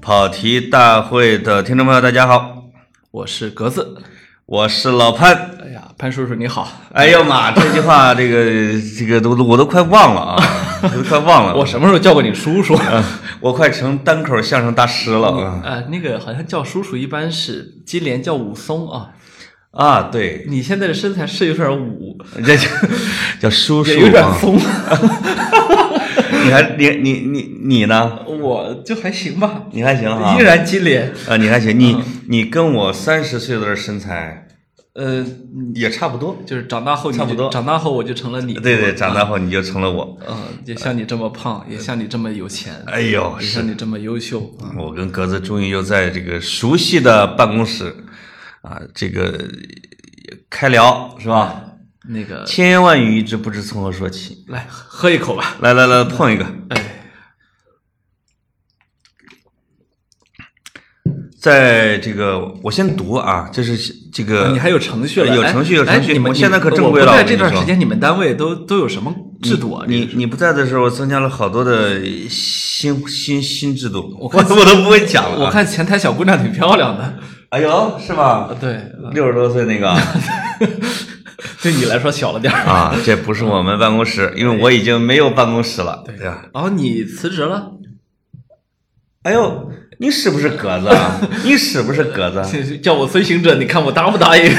跑题大会的听众朋友，大家好，我是格子。啊我是老潘。哎呀，潘叔叔你好，哎呦妈，这句话，这个这个都我都快忘了 啊，我都快忘了，嗯我什么时候叫过你叔叔？啊、我快成单口相声大师了啊！呃，那个好像叫叔叔一般是金莲叫武松啊。啊，对，你现在的身材是有点武，这叫叫叔叔也有点啊。 松，你还你你你你呢？我就还行吧，你还行啊依？然嗯金莲。啊，你还行，你你跟我三十岁的身材呃，也差不多。就是长大后你就差不多长大后我就成了你。对对，长大后你就成了我。嗯、也像你这么胖，也像你这么有钱，哎呦，也是像你这么优秀啊。我跟格子终于又在这个熟悉的办公室啊，这个开聊是哎吧？那个，千言万语一直不知从何说起。来喝一口吧。来来来，碰一个，哎，在这个我先读啊，这是这个你还有程序了？有哎程序有哎程序你们我你现在可正规我不了我在跟这你段说时间，你们单位都都有什么制度啊？你你不在的时候，增加了好多的新新新制度，我我看我都不会讲了。啊我，看前台小姑娘挺漂亮的，哎呦，是吧？对，六十多岁那个。 对你来说小了点儿。 啊，这不是我们办公室，因为我已经没有办公室了，对吧？ 然后你辞职了，哎呦，你是不是格子啊？你是不是格子啊？叫我随行者，你看我答不答 应？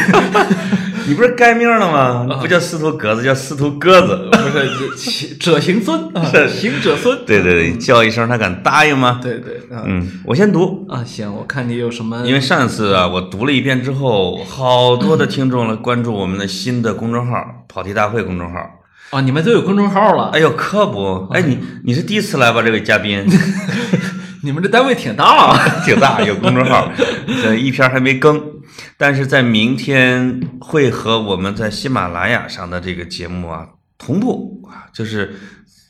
你不是改名了吗？不叫司徒格子，叫司徒鸽子。不是，其者行尊，啊是行者孙。 对对对，叫一声他敢答应吗？对对，嗯嗯，我先读，啊，行，我看你有什么，因为上次啊，我读了一遍之后，好多的听众来关注我们的新的公众号“跑题大会”公众号。啊，你们都有公众号了，哎呦，可不，哎你你是第一次来吧，这位嘉宾，你们这单位挺大啊。 挺大，有公众号，呃，一篇还没更，但是在明天会和我们在喜马拉雅上的这个节目啊同步啊，就是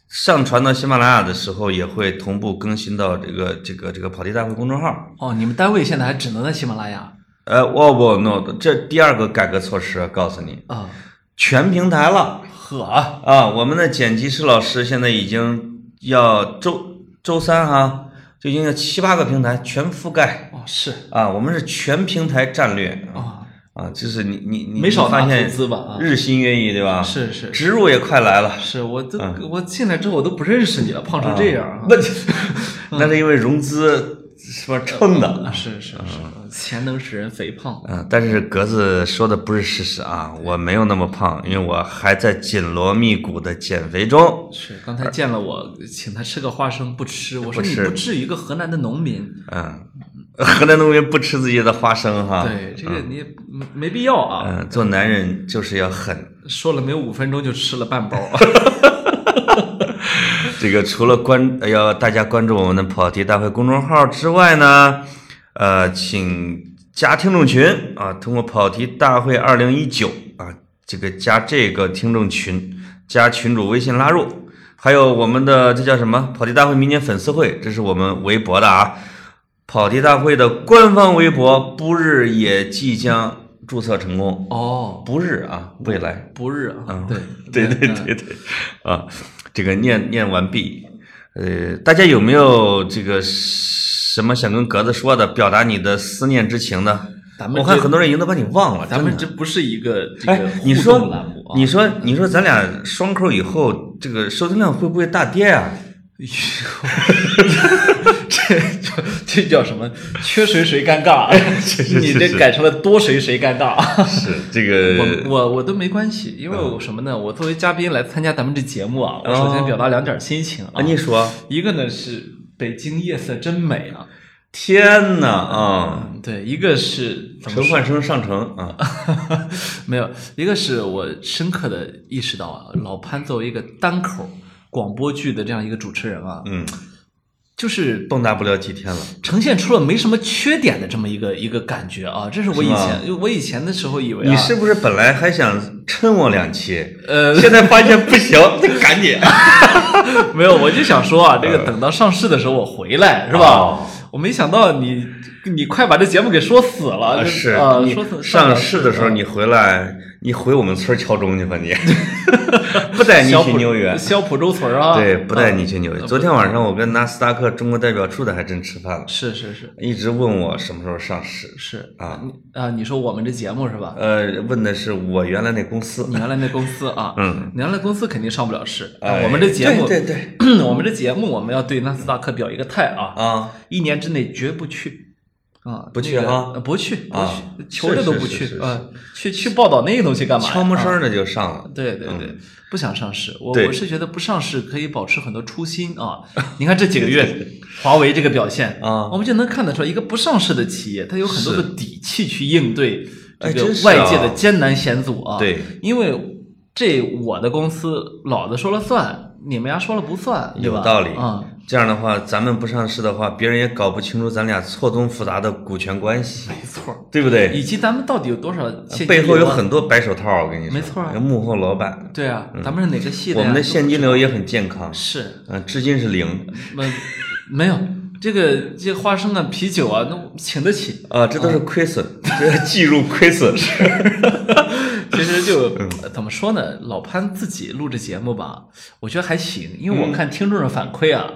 上传到喜马拉雅的时候也会同步更新到这个这个这个跑题大会公众号。哦，你们单位现在还只能在喜马拉雅呃，我不 no，这第二个改革措施，告诉你，啊？全平台了呵啊，啊！我们的剪辑师老师现在已经要周周三哈、就已经有七八个平台全覆盖哦是啊，我们是全平台战略啊啊，啊，就是你你你没少你拿发投现资吧？啊，日新月异，对吧？是是植入也快来了，是，我都我进来之后我都不认识你了，胖成这样啊。嗯那嗯那是因为融资是吧撑的。啊，是是是，钱能使人肥胖。嗯，但是格子说的不是事实啊，我没有那么胖，因为我还在紧锣密鼓的减肥中。是，刚才见了我，请他吃个花生，不吃。我说你吃不至于一个河南的农民，嗯， 河南农民不吃自己的花生哈。对这个你也没没必要啊。嗯，做男人就是要狠。说了没有五分钟就吃了半包，啊 这个除了关呃要大家关注我们的跑题大会公众号之外呢，呃，请加听众群啊，通过跑题大会二零一九啊，这个加这个听众群，加群主微信拉入，还有我们的这叫什么跑题大会民间粉丝会，这是我们微博的啊，跑题大会的官方微博不日也即将注册成功，哦，不日啊，未来。不日啊，对 对对嗯对对，啊，这个念念完毕。呃，大家有没有这个什么想跟格子说的，表达你的思念之情呢？咱们我看这很多人已经都把你忘了，咱们真的这不是一个这个哎，你互动栏说目啊，你说你说咱俩双扣以后，这个收听量会不会大跌 啊？这这这叫什么？缺谁谁尴尬， 是 你是这是改成了多谁谁尴尬。是这个我我我都没关系，因为嗯我什么呢？我作为嘉宾来参加咱们这节目啊，我首先表达两点心情啊哦啊，，你说，一个呢是北京夜色真美啊，天哪啊！对，一个是怎么陈焕生上城啊，没有，一个是我深刻的意识到啊，老潘作为一个单口广播剧的这样一个主持人啊，嗯，就是蹦跶不了几天了。呈现出了没什么缺点的这么一个一个感觉啊，这是我以前因为我以前的时候以为、啊、你是不是本来还想抻我两期？ 呃现在发现不 行，得赶紧。没有，我就想说啊，这个等到上市的时候我回来是吧？哦我没想到你你快把这节目给说死了，啊，这是啊、你说死上市的时候你回来，你回我们村儿敲钟去吧你，啊不带你小去浦纽约。小浦洲村儿啊，对，不带你去啊纽约。啊昨天晚上我跟纳斯达克中国代表处的还真吃饭了，是是是一直问我什么时候上市。是啊你啊，你说我们这节目是吧？呃，问的是我原来那公司你。原来那公司啊，嗯，你原来公司肯定上不了市。啊哎我们这节目，对对 我们这节目我们要对纳斯达克表一个态啊，啊，一年之内绝不去啊，不去那个哈呃不去，不啊去，求着都不是是是去是啊，去去报道那个东西干嘛呀？悄没声啊儿的就上了。对对对，不想上市，我嗯对我是觉得不上市可以保持很多初心 啊。你看这几个月华为这个表现啊我们就能看得出来，一个不上市的企业，它有很多的底气去应对哎这个真是啊外界的艰难险阻啊。对，因为这我的公司老子说了算，你们家说了不算，对有吧道理啊。这样的话，咱们不上市的话，别人也搞不清楚咱俩错综复杂的股权关系，没错，对不对？以及咱们到底有多少现金呃背后流有啊很多白手套，我跟你说，没错啊幕后老板。对啊，咱们是哪个系的我呀？们的都现金流也很健康，是嗯、至今是零没没有这个这花生啊、啤酒啊，那我请得起。啊，这都是亏损，这是计入亏损。 其实就怎么说呢，老潘自己录这节目吧，我觉得还行，因为我看听众的反馈啊，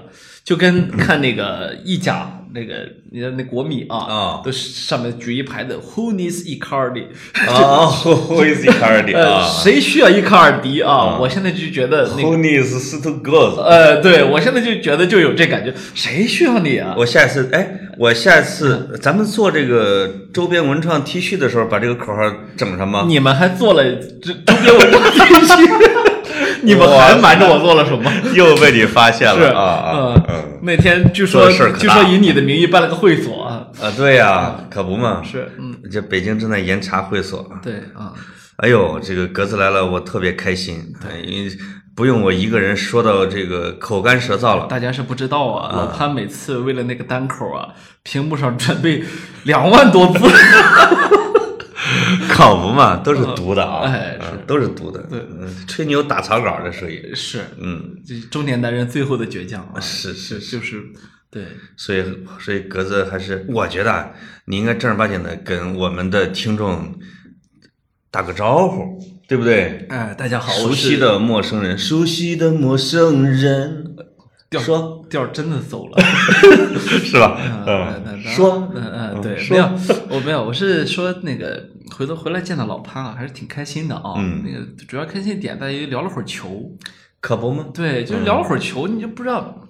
就跟看那个意甲那个你看那国米啊，啊都是上面举一排的 Who needs Icardi？啊，Who is Icardi 呃， 啊谁需要伊卡尔迪啊？我现在就觉得那个。 ？Who needs s t u g o s 呃，对，我现在就觉得就有这感觉，谁需要你啊？我下次哎，我下嗯次咱们做这个周边文创 T 恤的时候，把这个口号整上吗？你们还做了这周边 文化地区， 你们还瞒着我做了什么？ 又被你发现是了啊啊！嗯嗯，那天据说做事儿可据大说以你的名义办了个会所啊，啊，对呀、可不嘛。是，嗯，这北京正在严查会所啊。对啊，哎呦，这个格子来了，我特别开心，哎因为不用我一个人说到这个口干舌燥 了。大家是不知道啊，老嗯潘每次为了那个单口啊，屏幕上准备两万多字， 可不嘛，都是读的啊，哎嗯是都是读的，嗯吹牛打草稿这属于，是，嗯，这中年男人最后的倔强啊，是是，就就是对，所以所以格子还是，我觉得啊你应该正儿八经的跟我们的听众打个招呼，对不对？哎，大家好，嗯熟我是悉的陌生人，熟悉的陌生人，调说调儿真的走了。是吧？嗯嗯，，嗯说嗯嗯，对，说没有，我没有，我是说那个回头回来见到老潘啊，还是挺开心的啊。嗯那个主要开心点在于聊了会儿球，可不吗？对，就是聊了会儿球，你就不知道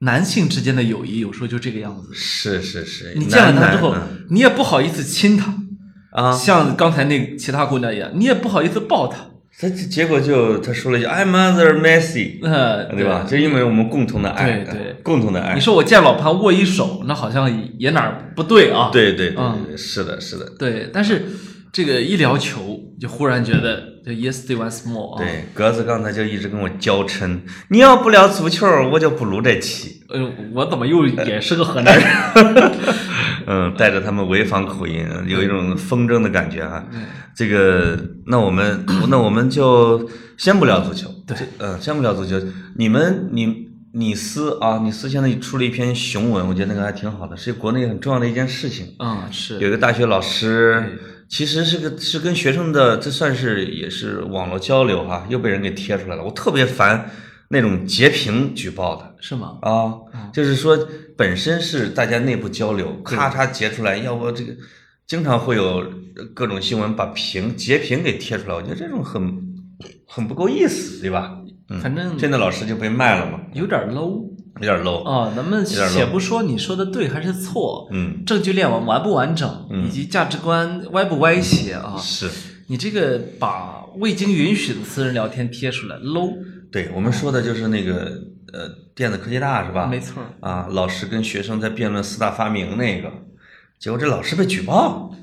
男性之间的友谊有时候就这个样子。是是是，你见了男他之后嗯男，嗯你也不好意思亲他，啊，像刚才那其他姑娘一样，你也不好意思抱他，他这结果就他说了一句 “I mother Messi”，呃，啊对吧？？哎就因为我们共同的爱，嗯对对共同的爱你，说我见老潘握一手，那好像也哪儿不对啊？对对对嗯对，对是的，是的，对，但是这个一聊球，就忽然觉得就 yesterday once more 啊，对。格子刚才就一直跟我娇嗔，你要不聊足球，我就不录这期。呃，我怎么又也是个河南人？ 嗯，带着他们潍坊口音，有一种风筝的感觉啊。这个，那我们那我们就先不聊足球，对，嗯，先不聊足球。你们，你你司啊，你司现在出了一篇雄文，我觉得那个还挺好的，是国内很重要的一件事情。 嗯，是有一个大学老师，其实是个是跟学生的，这算是也是网络交流哈，又被人给贴出来了。我特别烦那种截屏举报的是吗？啊，嗯就是说本身是大家内部交流，咔嚓截出来，要不这个经常会有各种新闻把屏截屏给贴出来，我觉得这种很很不够意思，对吧？嗯，反正现在老师就被卖了嘛，有点 low 有点 low。啊。咱们点 low 且不说你说的对还是错，嗯，证据链完完不完整，以及价值观歪不歪斜啊，是。你这个把未经允许的私人聊天贴出来 low，对，我们说的就是那个呃，电子科技大是吧？没错儿。啊，老师跟学生在辩论四大发明那个，结果这老师被举报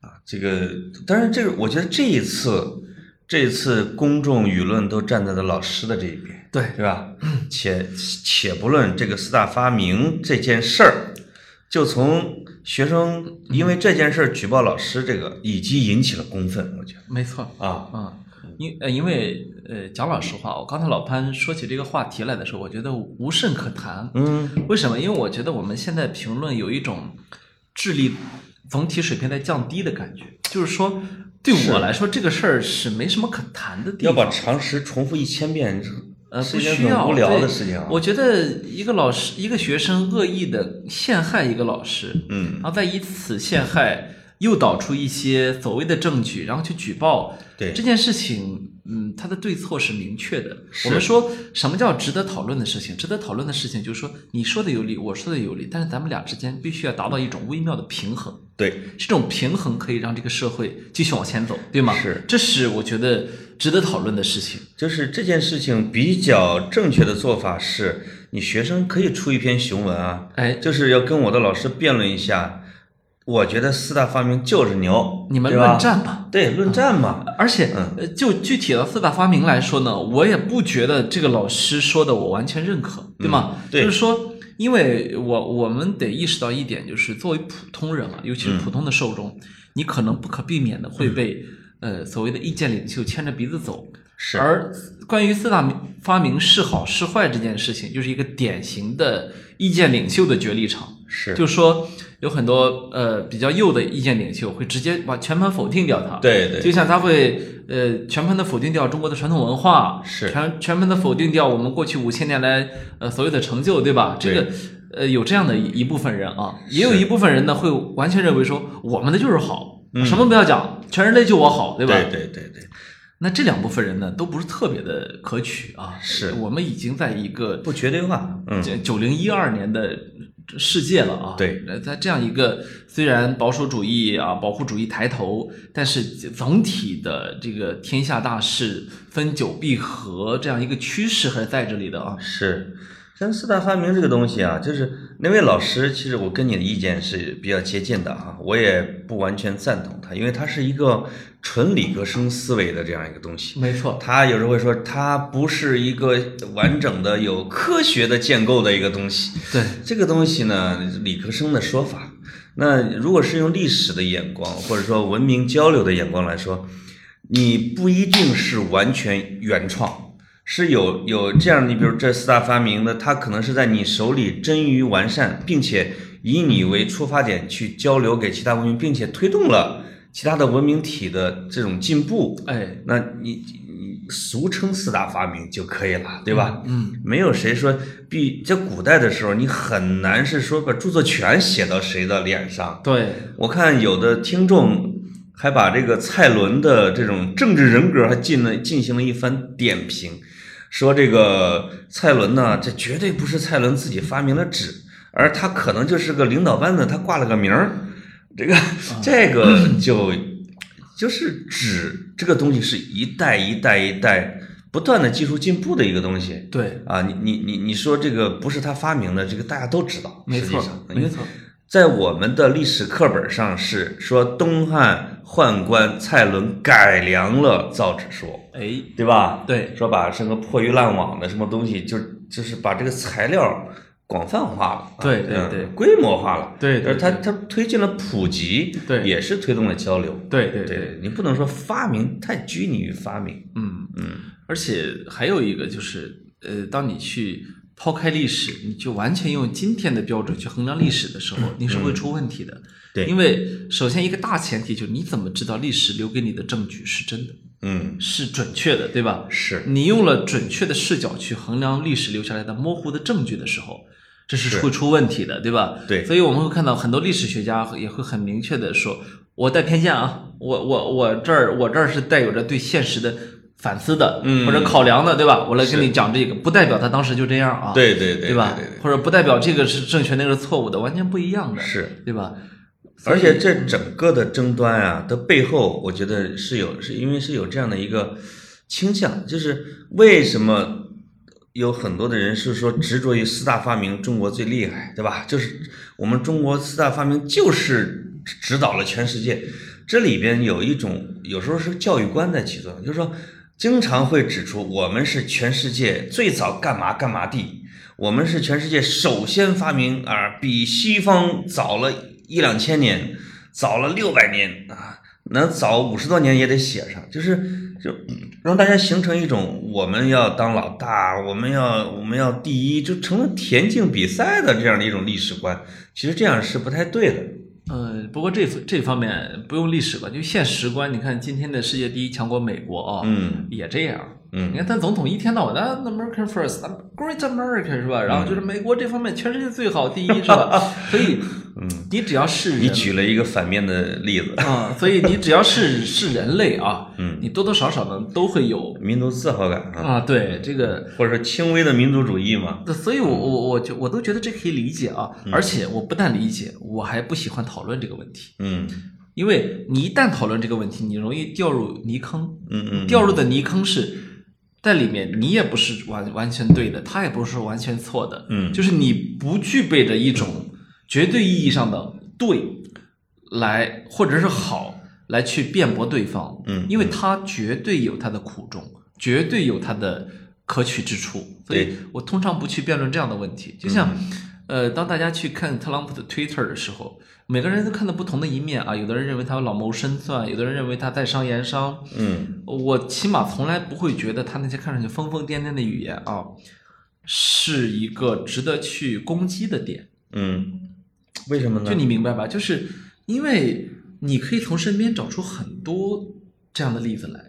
啊。这个，当然这个，我觉得这一次，这一次公众舆论都站在了老师的这一边，对对吧？且且不论这个四大发明这件事儿，就从学生因为这件事儿举报老师这个，以及引起了公愤，我觉得没错啊，啊。因呃，因为呃，讲老实话，我刚才老潘说起这个话题来的时候，我觉得无甚可谈。嗯，为什么？因为我觉得我们现在评论有一种智力总体水平在降低的感觉，就是说对我来说这个事儿是没什么可谈的地要方。把常识重复一千遍，呃，是不一件需要很无聊的对事情啊。我觉得一个老师，一个学生恶意的陷害一个老师，嗯然后再以此陷害，诱导出一些所谓的证据，然后去举报。对这件事情，嗯，它的对错是明确的。是我们说什么叫值得讨论的事情？值得讨论的事情就是说，你说的有理，我说的有理，但是咱们俩之间必须要达到一种微妙的平衡。对，这种平衡可以让这个社会继续往前走，对吗？是，这是我觉得值得讨论的事情。就是这件事情比较正确的做法是，你学生可以出一篇雄文啊，哎，就是要跟我的老师辩论一下。我觉得四大发明就是牛，你们对吧论战吧。对论战嘛，而且嗯，呃就具体的四大发明来说呢，我也不觉得这个老师说的我完全认可，对吗？嗯对就是说，因为我我们得意识到一点，就是作为普通人啊，嗯尤其是普通的受众，你可能不可避免的会被、呃所谓的意见领袖牵着鼻子走。是而关于四大明发明是好是坏这件事情，就是一个典型的意见领袖的角力场。是，就是说有很多呃比较右的意见领袖会直接把全盘否定掉它。对对就像他会呃全盘的否定掉中国的传统文化，是全全盘的否定掉我们过去五千年来呃所有的成就，对吧？这对个呃有这样的一一部分人啊，也有是一部分人呢会完全认为说我们的就是好，什么不要讲，全人类就我好，对吧？嗯对对对对，那这两部分人呢都不是特别的可取啊，是我们已经在一个不绝对化，嗯，这九零一二年的世界了啊，对，在这样一个虽然保守主义啊、保护主义抬头，但是总体的这个天下大势分久必合这样一个趋势还是在这里的啊。是。跟四大发明这个东西啊，就是那位老师，其实我跟你的意见是比较接近的啊，我也不完全赞同他，因为他是一个纯理科生思维的这样一个东西。没错，他有时候会说，它不是一个完整的、有科学的建构的一个东西。对，这个东西呢，理科生的说法。那如果是用历史的眼光，或者说文明交流的眼光来说，你不一定是完全原创，是有有这样的，你比如这四大发明呢，它可能是在你手里臻于完善，并且以你为出发点去交流给其他文明，并且推动了其他的文明体的这种进步。哎，那你你俗称四大发明就可以了，对吧？嗯，没有谁说必在古代的时候，你很难是说把著作权写到谁的脸上。对，我看有的听众还把这个蔡伦的这种政治人格还进了进行了一番点评，说这个蔡伦呢，这绝对不是蔡伦自己发明的纸，而他可能就是个领导班子，他挂了个名儿。这啊个这 个就就是纸这个东西是一代一代一代不断的技术进步的一个东西。对，啊，你你你你说这个不是他发明的，这个大家都知道，没实际错上，嗯因没为错，在我们的历史课本上是说东汉宦官蔡伦改良了造纸术，哎，对吧？对，说把什么破鱼烂网的什么东西，就就是把这个材料广泛化了，对对嗯对规模化了，对对而它它推进了普及，对也是推动了交流。对对对，对你不能说发明太拘泥于发明，嗯嗯，而且还有一个就是，呃，当你去抛开历史，你就完全用今天的标准去衡量历史的时候，你是会出问题的。对因为首先一个大前提就是你怎么知道历史留给你的证据是真的，嗯，是准确的，对吧？是你用了准确的视角去衡量历史留下来的模糊的证据的时候，这是会出问题的，对吧？对所以我们会看到很多历史学家也会很明确的说，我带偏见啊，我我我这儿我这儿是带有着对现实的反思的，嗯或者考量的，对吧？我来是跟你讲这个，不代表他当时就这样啊，对对对对吧？对对或者不代表这个是正确，那个是错误的，完全不一样的，是对吧？而且这整个的争端啊的背后，我觉得是有，是因为是有这样的一个倾向，就是为什么有很多的人是说执着于四大发明，中国最厉害，对吧？就是我们中国四大发明就是指导了全世界，这里边有一种有时候是教育观在起作用，就是说经常会指出我们是全世界最早干嘛干嘛地，我们是全世界首先发明啊，比西方早了一两千年，早了六百年啊，能早五十多年也得写上，就是就嗯让大家形成一种我们要当老大，我们要我们要第一，就成了田径比赛的这样的一种历史观，其实这样是不太对的。呃，不过这这方面不用历史了，就现实观，你看今天的世界第一强国美国啊、嗯也这样。你嗯看，他总统一天到晚的 American First、Great 啊 America 是吧？然后就是嗯美国这方面全世界最好第一是吧？所以，你只要是你人举嗯了一个反面的例子，啊，所以你只要是是人类啊，嗯你多多少少呢都会有民族自豪感啊，啊，对这个。或者说轻微的民族主义嘛，那所以我，我我觉我都觉得这可以理解啊，嗯而且我不但理解，我还不喜欢讨论这个问题，嗯因为你一旦讨论这个问题，你容易掉入泥坑，嗯嗯，掉入的泥坑是在里面，你也不是完完全对的，他也不是完全错的，嗯就是你不具备着一种绝对意义上的对来或者是好来去辩驳对方，嗯因为他绝对有他的苦衷，绝对有他的可取之处，所以对嗯我通常不去辩论这样的问题。就像，呃，当大家去看特朗普的 Twitter 的时候，每个人都看到不同的一面啊，有的人认为他老谋深算，有的人认为他在商言商，嗯我起码从来不会觉得他那些看上去疯疯癫癫的语言啊，是一个值得去攻击的点。嗯，为什么呢？就你明白吧？就是因为你可以从身边找出很多这样的例子来，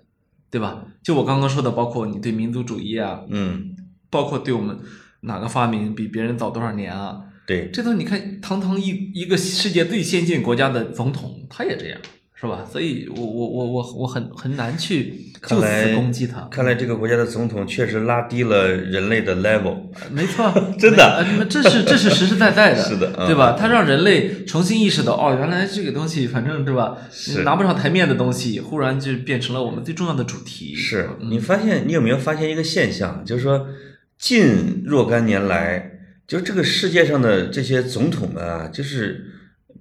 对吧？就我刚刚说的，包括你对民族主义啊，嗯，包括对我们哪个发明比别人早多少年啊，对，这都你看，堂堂一一个世界最先进国家的总统，他也这样，是吧？所以我我我我我很很难去看就来此攻击他。看来这个国家的总统确实拉低了人类的 level。没错， 真的没，呃这是这是实实在在 的，是的嗯对吧？它让人类重新意识到，哦，原来这个东西，反正对吧是，拿不上台面的东西，忽然就变成了我们最重要的主题。是你发现，你有没有发现一个现象，就是说，近若干年来，就这个世界上的这些总统们啊，就是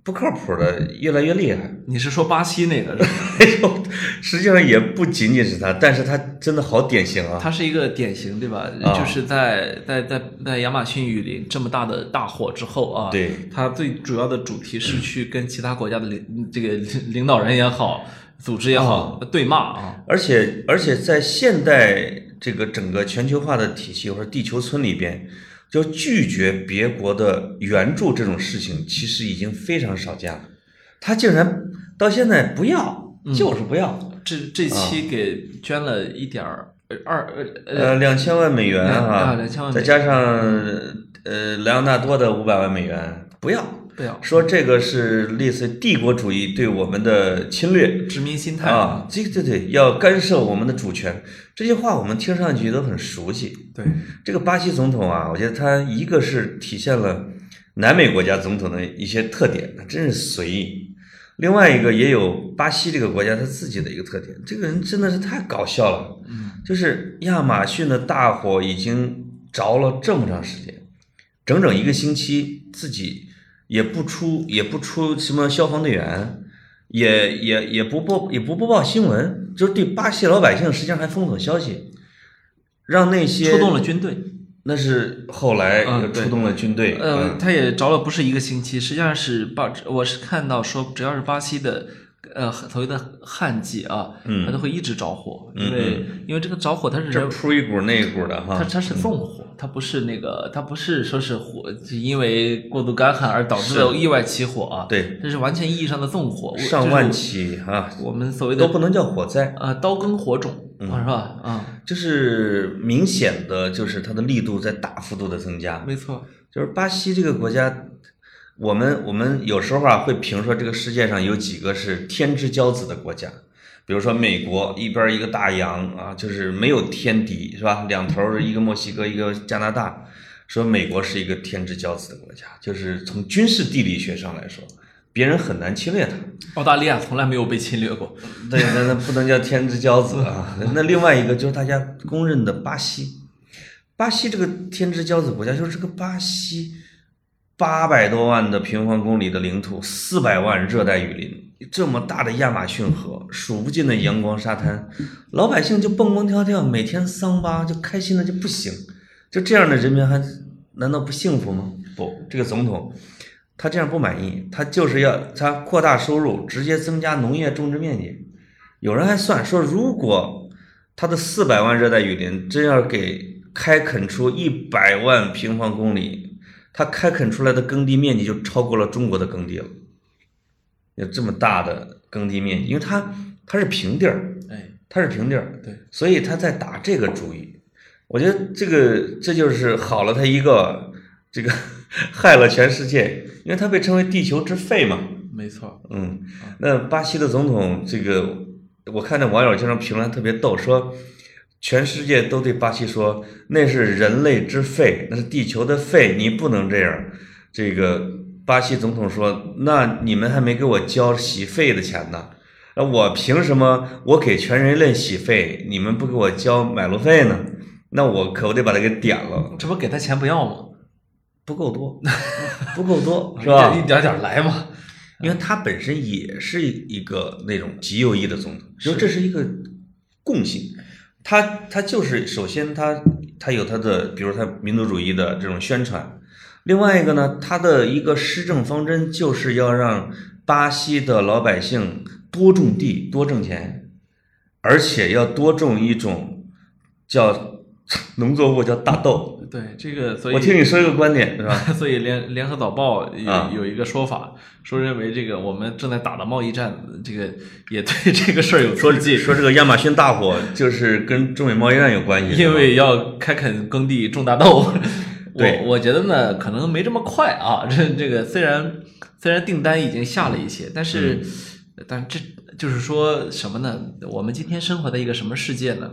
不靠谱的越来越厉害。 你是说巴西那个是吧？哎呦，实际上也不仅仅是他，但是他真的好典型啊。它是一个典型，对吧？啊就是在在在在亚马逊雨林这么大的大火之后啊，对，嗯它最主要的主题是去跟其他国家的领这个领导人也好，组织也好嗯对骂啊。而且而且在现代这个整个全球化的体系或者地球村里边，就拒绝别国的援助这种事情，其实已经非常少见了。他竟然到现在不要，嗯就是不要，这这嗯期给捐了一点儿呃二呃呃，两千万美元两啊，啊2000万嗯再加上呃莱昂纳多的五百万美元，不要。不要说这个是类似帝国主义对我们的侵略殖民心态，啊，这对对，要干涉我们的主权，这些话我们听上去都很熟悉。对，这个巴西总统啊，我觉得他一个是体现了南美国家总统的一些特点，他真是随意；另外一个也有巴西这个国家他自己的一个特点，这个人真的是太搞笑了。嗯，就是亚马逊的大火已经着了这么长时间，整整一个星期，自己也不出也不出什么消防队员，也也也不播也不播报新闻，就是对巴西老百姓实际上还封锁消息，让那些出动了军队，那是后来嗯又对出动了军队，嗯呃，他也着了不是一个星期，实际上是巴，我是看到说，只要是巴西的。呃，所谓的旱季啊，嗯它都会一直着火，嗯因为因为这个着火它是这啊人，扑一股那一股的它哈，它是纵火，它不是那个，它不是说是火，就因为过度干旱而导致的意外起火啊，，对，这是完全意义上的纵火，上万起啊，就是我们所谓的都不能嗯叫火灾，呃刀耕火种，是吧？啊，就是明显的就是它的力度在大幅度的增加，没错，就是巴西这个国家，我们我们有时候啊会评说这个世界上有几个是天之骄子的国家，比如说美国一边一个大洋啊，就是没有天敌是吧？两头儿一个墨西哥一个加拿大，说美国是一个天之骄子的国家，就是从军事地理学上来说，别人很难侵略它。澳大利亚从来没有被侵略过。对，那那不能叫天之骄子啊。那另外一个就是大家公认的巴西，巴西这个天之骄子国家，就是这个巴西八百多万的平方公里的领土，四百万热带雨林，这么大的亚马逊河，数不尽的阳光沙滩，老百姓就蹦蹦跳跳，每天桑巴就开心的就不行。就这样的人民还难道不幸福吗？不，这个总统他这样不满意，他就是要他扩大收入，直接增加农业种植面积。有人还算说，如果他的四百万热带雨林真要给开垦出一百万平方公里，他开垦出来的耕地面积就超过了中国的耕地了。有这么大的耕地面积，因为它它是平地儿，哎，它是平地儿，对，所以他在打这个主意。我觉得这个这就是好了他一个，这个 害了全世界，因为他被称为地球之肺嘛。没错，嗯，啊那巴西的总统这个，我看那网友经常评论特别逗，说全世界都对巴西说那是人类之肺，那是地球的肺，你不能这样。这个巴西总统说，那你们还没给我交洗肺的钱呢，那我凭什么我给全人类洗肺，你们不给我交买路费呢？那我可不得把它给点了，这不给他钱不要吗？不够多，不够 多，是吧？一点点来嘛。因嗯为他本身也是一个那种极右翼的总统，就是这是一个共性。他他就是首先他他有他的，比如他民族主义的这种宣传，另外一个呢，他的一个施政方针就是要让巴西的老百姓多种地、多挣钱，而且要多种一种叫农作物叫大豆。 对这个，所以我听你说一个观点是吧？ 所以联联合早报啊有有一个说法，说认为这个我们正在打的贸易战，这个 也对这个事儿有说刺 激，说这个亚马逊大火就是跟中美贸易战有关系，是因吧为要开垦耕地种大 豆。对我我觉得呢，可能没这么快啊。 这这个虽然虽然订单已经下了一些，但是、但这就是说什么呢？我们今天生活在一个什么世界呢？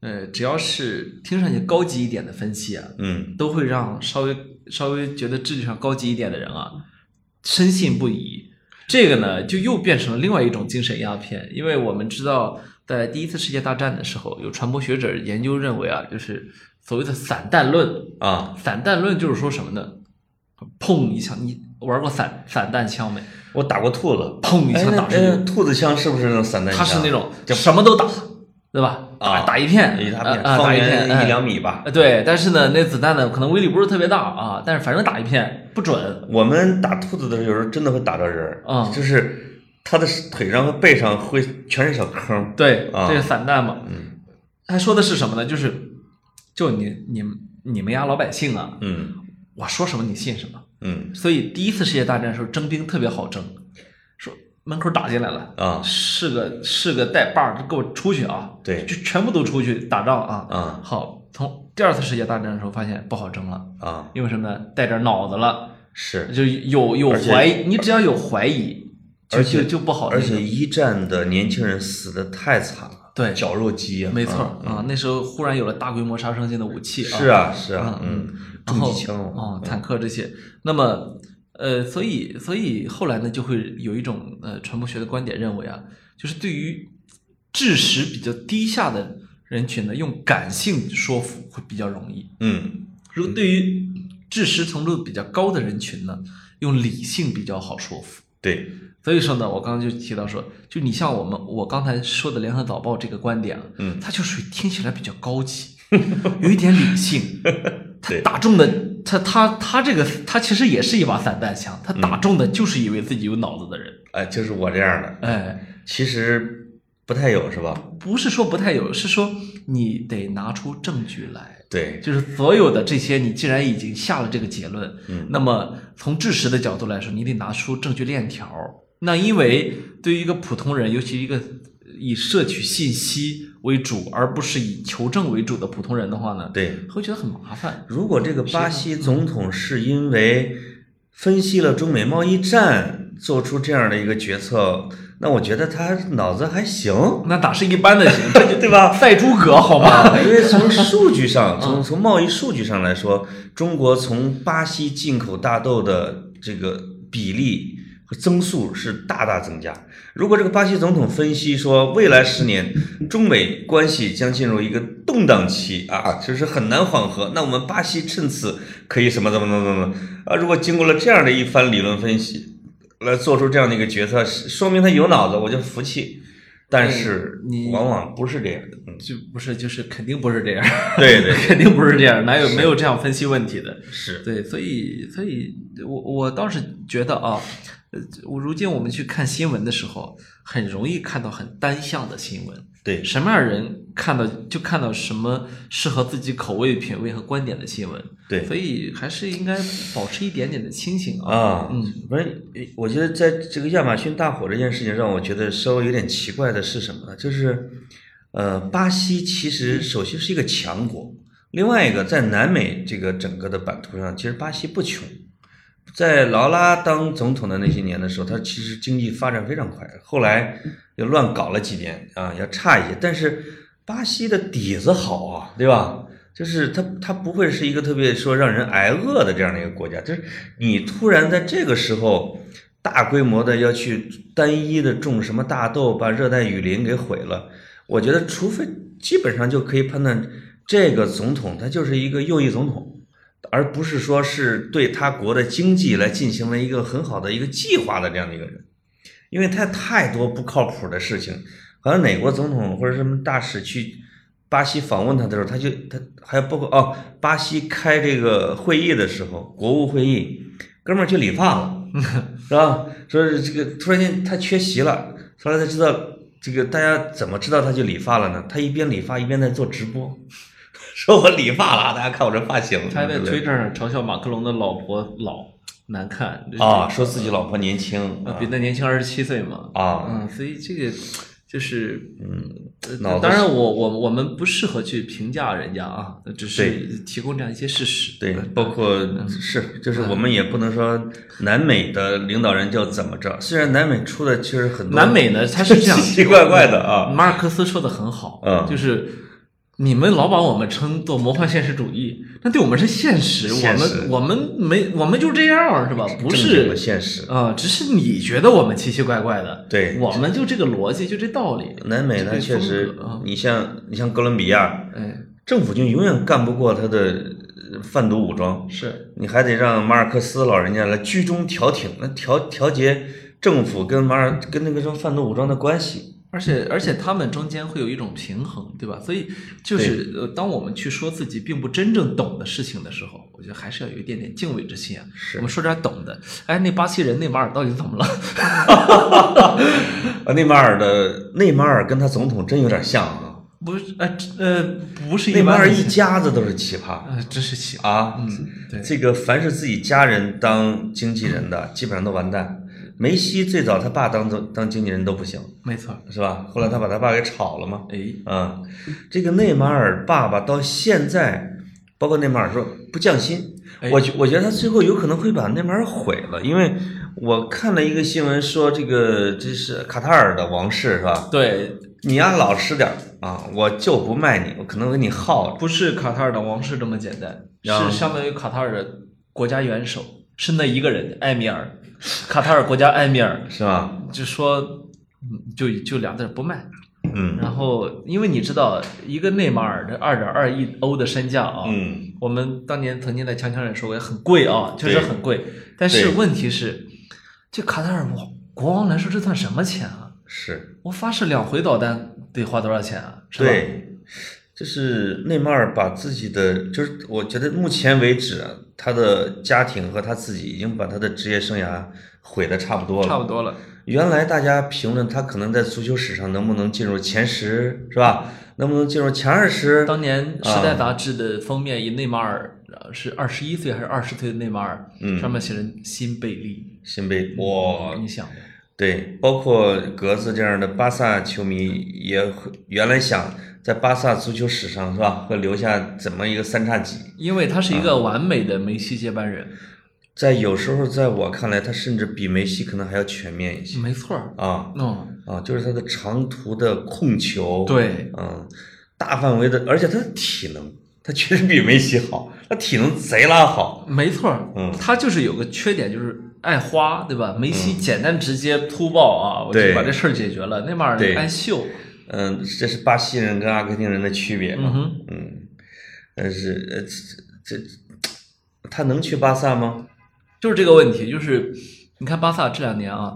呃，只要是听上去高级一点的分析啊，嗯都会让稍微稍微觉得智力上高级一点的人啊，深信不疑。这个呢，就又变成了另外一种精神鸦片，因为我们知道，在第一次世界大战的时候，有传播学者研究认为啊，就是所谓的散弹论。啊，散弹论就是说什么呢？砰一枪，你玩过散散弹枪没？我打过兔子，砰一哎枪那打出去，哎兔子枪是不是那种散弹他枪？呃是那种什么都打，对吧？啊打打一片，一大呃片，呃打方一片，圆哎一两米吧。呃，对，但是呢，那子弹呢，可能威力不是特别大啊，但是反正打一片不准。我们打兔子的时候，有时候真的会打到人儿啊就是他的腿上和背上会全是小坑。对，啊这是散弹嘛。嗯，他说的是什么呢？就是，就你你你们家老百姓啊，嗯我说什么你信什么。嗯所以第一次世界大战的时候，征兵特别好征，说门口打进来了，啊是个是个带把儿，给我出去啊！对就全部都出去打仗啊！啊好，从第二次世界大战的时候发现不好争了，啊，因为什么呢？带点脑子了。是。就有有而且怀疑，你只要有怀疑，就而且就就不好那而个。且一战的年轻人死的太惨了，对绞肉机啊，没错啊儿啊，那时候忽然有了大规模杀伤性的武器啊，是啊是啊啊，嗯，然重后机枪啊，哦，坦克这些。那么呃，所以所以后来呢，就会有一种呃传播学的观点认为啊，就是对于知识比较低下的人群呢，用感性说服会比较容易；嗯如果对于知识程度比较高的人群呢，用理性比较好说服。对，所以说呢，我刚刚就提到说，就你像我们我刚才说的《联合早报》这个观点啊，嗯它就属于听起来比较高级，有一点理性，它对打中的他他他这个他其实也是一把散弹枪，他打中的就是一位自己有脑子的人，哎，就是我这样的，哎，其实不太有是吧？不是说不太有，是说你得拿出证据来。对，就是所有的这些，你既然已经下了这个结论，嗯那么从知识的角度来说，你得拿出证据链条。那因为对于一个普通人，尤其一个以摄取信息为主，而不是以求证为主的普通人的话呢，对，会觉得很麻烦。如果这个巴西总统是因为分析了中美贸易战做出这样的一个决策，那我觉得他脑子还行，那哪是一般的行，这 就对 吧？赛诸葛好吗？ 啊，因为从数据上，从从贸易数据上来说，中国从巴西进口大豆的这个比例和增速是大大增加。如果这个巴西总统分析说，未来十年中美关系将进入一个动荡期啊，就是很难缓和，那我们巴西趁此可以什么怎么怎么怎么啊？如果经过了这样的一番理论分析。来做出这样的一个决策，说明他有脑子，我就服气。但是哎你往往不是这样，嗯。就不是，就是肯定不是这样，对对对 肯定不是这样，哪有没有这样分析问题的？是，对，所以所以我我倒是觉得啊，呃，我如今我们去看新闻的时候，很容易看到很单向的新闻，对，什么样的人看到就看到什么适合自己口味、品味和观点的新闻。对所以还是应该保持一点点的清醒啊。啊，嗯，反正我觉得在这个亚马逊大火这件事情让我觉得稍微有点奇怪的是什么呢？就是，呃，巴西其实首先是一个强国，另外一个在南美这个整个的版图上，其实巴西不穷。在劳拉当总统的那些年的时候，他其实经济发展非常快，后来又乱搞了几年啊，要差一些。但是巴西的底子好啊，对吧？就是它它不会是一个特别说让人挨饿的这样的一个国家，就是你突然在这个时候大规模的要去单一的种什么大豆，把热带雨林给毁了，我觉得除非基本上就可以判断这个总统他就是一个右翼总统。而不是说是对他国的经济来进行了一个很好的一个计划的这样的一个人，因为他太多不靠谱的事情，好像哪国总统或者什么大使去巴西访问他的时候，他就他还包括哦，巴西开这个会议的时候，国务会议，哥们儿去理发 了，是吧？说是这个突然间他缺席了，后来才知道这个大家怎么知道他去理发了呢？他一边理发一边在做直播。 说我理发了啊，大家看我这发型。他还对在不对 Twitter 上嘲笑马克龙的老婆老难看啊，，说自己老婆年轻这，呃比他年轻二十七岁嘛。啊嗯，所以这个就是，嗯脑子当然我我我们不适合去评价人家啊，只是提供这样一些事实。对，嗯包括是，就是我们也不能说南美的领导人就怎么着，虽然南美出的确实很多南美呢，它是这 样，奇奇怪怪的啊马尔克斯说的很好，嗯就是你们老把我们称作魔幻现实主义，那对我们是现实，现实我们我们没我们就这样是吧？不正经是的现实。啊、只是你觉得我们奇奇怪怪的，对我们就这个逻辑，就这道理。南美呢，这确个风格实啊，，你像你像哥伦比亚，哎，政府军永远干不过他的呃贩毒武装，是你还得让马尔克斯老人家来居中调停，那调调节政府跟马尔跟那个什么贩毒武装的关系。而且而且他们中间会有一种平衡，对吧？所以就是呃，当我们去说自己并不真正懂的事情的时候，我觉得还是要有一点点敬畏之心啊。是我们说点懂的，哎，那巴西人内马尔到底怎 么了？啊，内马尔的内马尔跟他总统真有点像啊。不是，呃呃，不是内一马般尔人一，家子都是奇葩呃，真是奇葩。啊！嗯，对，这个凡是自己家人当经纪人的，基本上都完蛋。梅西最早他爸当总当经纪人都不行，没错。是吧？后来他把他爸给炒了嘛。哎，啊，这个内马尔爸爸到现在，包括内马尔说不降薪，哎我觉我觉得他最后有可能会把内马尔毁了，因为我看了一个新闻说这个这是卡塔尔的王室是吧？对，你要老实点儿啊，我就不卖你，我可能给你耗着。不是卡塔尔的王室这么简单，然后是相当于卡塔尔的国家元首，是那一个人，埃米尔，卡塔尔国家埃米尔，是吧？就说，嗯就就俩字儿不卖。嗯然后，因为你知道，一个内马尔的二点二亿欧的身价啊，嗯，我们当年曾经在锵锵人说过，很贵啊，确实对很贵。但是对问题是，这卡塔尔国国王来说，这算什么钱啊？是我发射两回导弹得花多少钱啊？是吧？对，就是内马尔把自己的，就是我觉得目前为止啊，他的家庭和他自己已经把他的职业生涯毁的差不多了。差不多了。原来大家评论他可能在足球史上能不能进入前十，是吧？能不能进入前二十？当年《时啊代》杂志的封面以内马尔呃是二十一岁还是二十岁的内马尔，嗯上面写着辛贝利，新被哇，你想的对，包括格子这样的巴萨球迷也会原来想在巴萨足球史上是吧，会留下怎么一个三叉戟？因为他是一啊个完美的梅西接班人，在有时候，在我看来，他甚至比梅西可能还要全面一些没错儿，啊嗯，啊，就是他的长途的控球，，对，嗯，大范围的，而且他的体能，他确实比梅西好，他体能贼拉好，没错儿，嗯他就是有个缺点，就是爱花，对吧？梅西简单直接粗暴啊，我嗯就对把这事儿解决了。内马尔对爱秀，嗯，这是巴西人跟阿根廷人的区别嗯嘛，哼，嗯，但是呃，这这他能去巴萨吗？就是这个问题，就是你看巴萨这两年啊，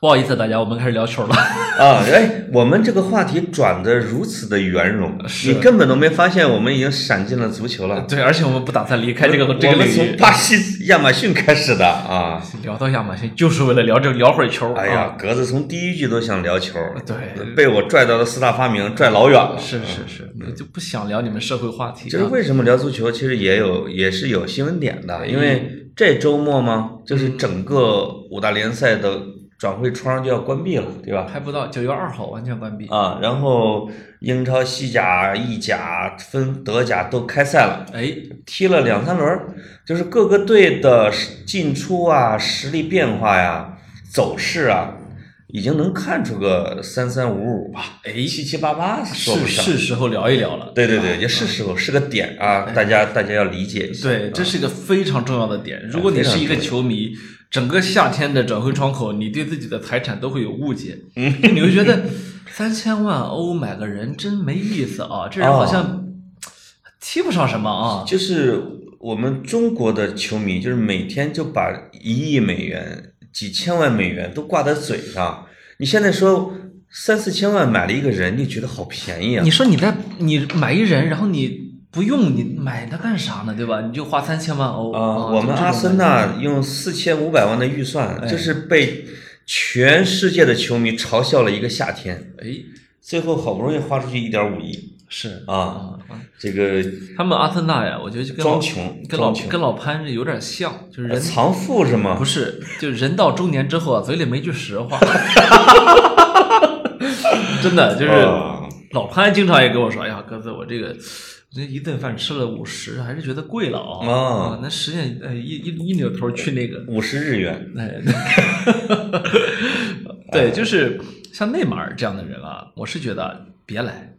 不好意思，大家，我们开始聊球了。 啊，哎，我们这个话题转的如此的圆融，是呃你根本都没发现我们已经闪进了足球了。对，而且我们不打算离开这个这我个们领从域。巴西亚马逊开始的啊。聊到亚马逊就是为了聊这聊会儿球。哎呀，，嗯格子从第一句都想聊球，哦啊对被我拽到了四大发明，拽老远了。是是是，我就不想聊你们社会话题嗯其实啊。为什么聊足球，其实也有也是有新闻点的，因为嗯这周末嘛，就是整个五大联赛的转会窗就要关闭了，对吧？还不到九月二号完全关闭。啊，然后英超、西甲、意甲、分德甲都开赛了，哎，踢了两三轮儿，就是各个队的进出啊、实力变化呀、走势啊，已经能看出个三三五五吧，哎七七八八说是不上。是时候聊一聊了。对对对，也是时候，是个点啊，大家大家要理解一下。哎对，这是一个非常重要的点。如果你是一个球迷，整个夏天的转会窗口，你对自己的财产都会有误解，嗯就你会觉得三千万欧买个人真没意思啊，这人好像踢不上什么啊。哦就是我们中国的球迷，就是每天就把一亿美元、几千万美元都挂在嘴上。你现在说三四千万买了一个人，你觉得好便宜啊你？说你在你买一人，然后你不用，你买它干啥呢？对吧？你就花三千万欧啊、我们阿森，纳用四千五百万的预哎算，就是被全世界的球迷嘲笑了一个夏天，就这种感觉哎，最后好不容易花出去一点五亿是啊，啊，这个他们阿森纳呀，我觉得就跟老装穷，跟老装穷呃跟老潘这有点像，就是人藏富是吗不？是，就人到中年之后啊，嘴里没句 实话。真的就是啊老潘经常也跟我说：“哎呀，哥子，我这个这一顿饭吃了五十，还是觉得贵了啊。啊啊，那实践哎一一一扭头去那个，五十日元， 哎，对，就是像内马尔这样的人啊，我是觉得别来，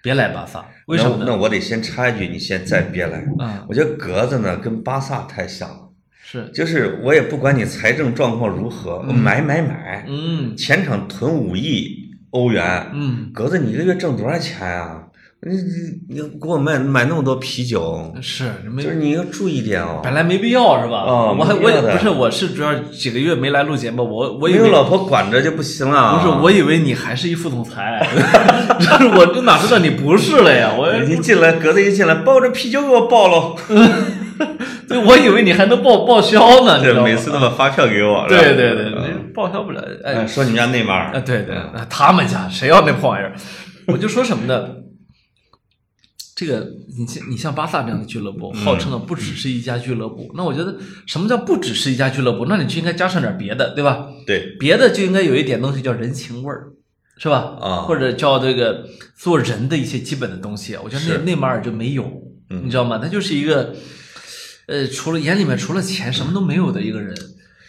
别来巴萨，为什么那呢？那我得先插一句，你先再别来。啊，我觉得格子呢跟巴萨太像了，是，就是我也不管你财政状况如何，我买买买，嗯前场囤五亿欧元。嗯，格子，你一个月挣多少钱啊？你你你给我买买那么多啤酒，是没就是你要注意点哦。本来没必要是吧？啊我还没必我也要的不是，我是主要几个月没来录节目，我我没以有为老婆管着就不行了。啊不是，我以为你还是一副总裁， 就是我这哪知道你不是了呀？我一进来，格子一进来，抱着啤酒给我抱喽。对我以为你还能报报销 呢，你知对，道吗？每次都把发票给我。是吧对对对，嗯你报销不了，哎，哎，说你们家内马啊，尔，对对，嗯啊他们家谁要那破玩意儿？我就说什么呢？这个，你像你像巴萨这样的俱乐部，嗯号称的不只是一家俱乐部。那我觉得，什么叫不只是一家俱乐部？那你就应该加上点别的，对吧？对，别的就应该有一点东西叫人情味儿，是吧？啊或者叫这个做人的一些基本的东西，我觉得是嗯内内马尔就没有，你知道吗？他就是一个，呃，除了眼里面除了钱什么都没有的一个人，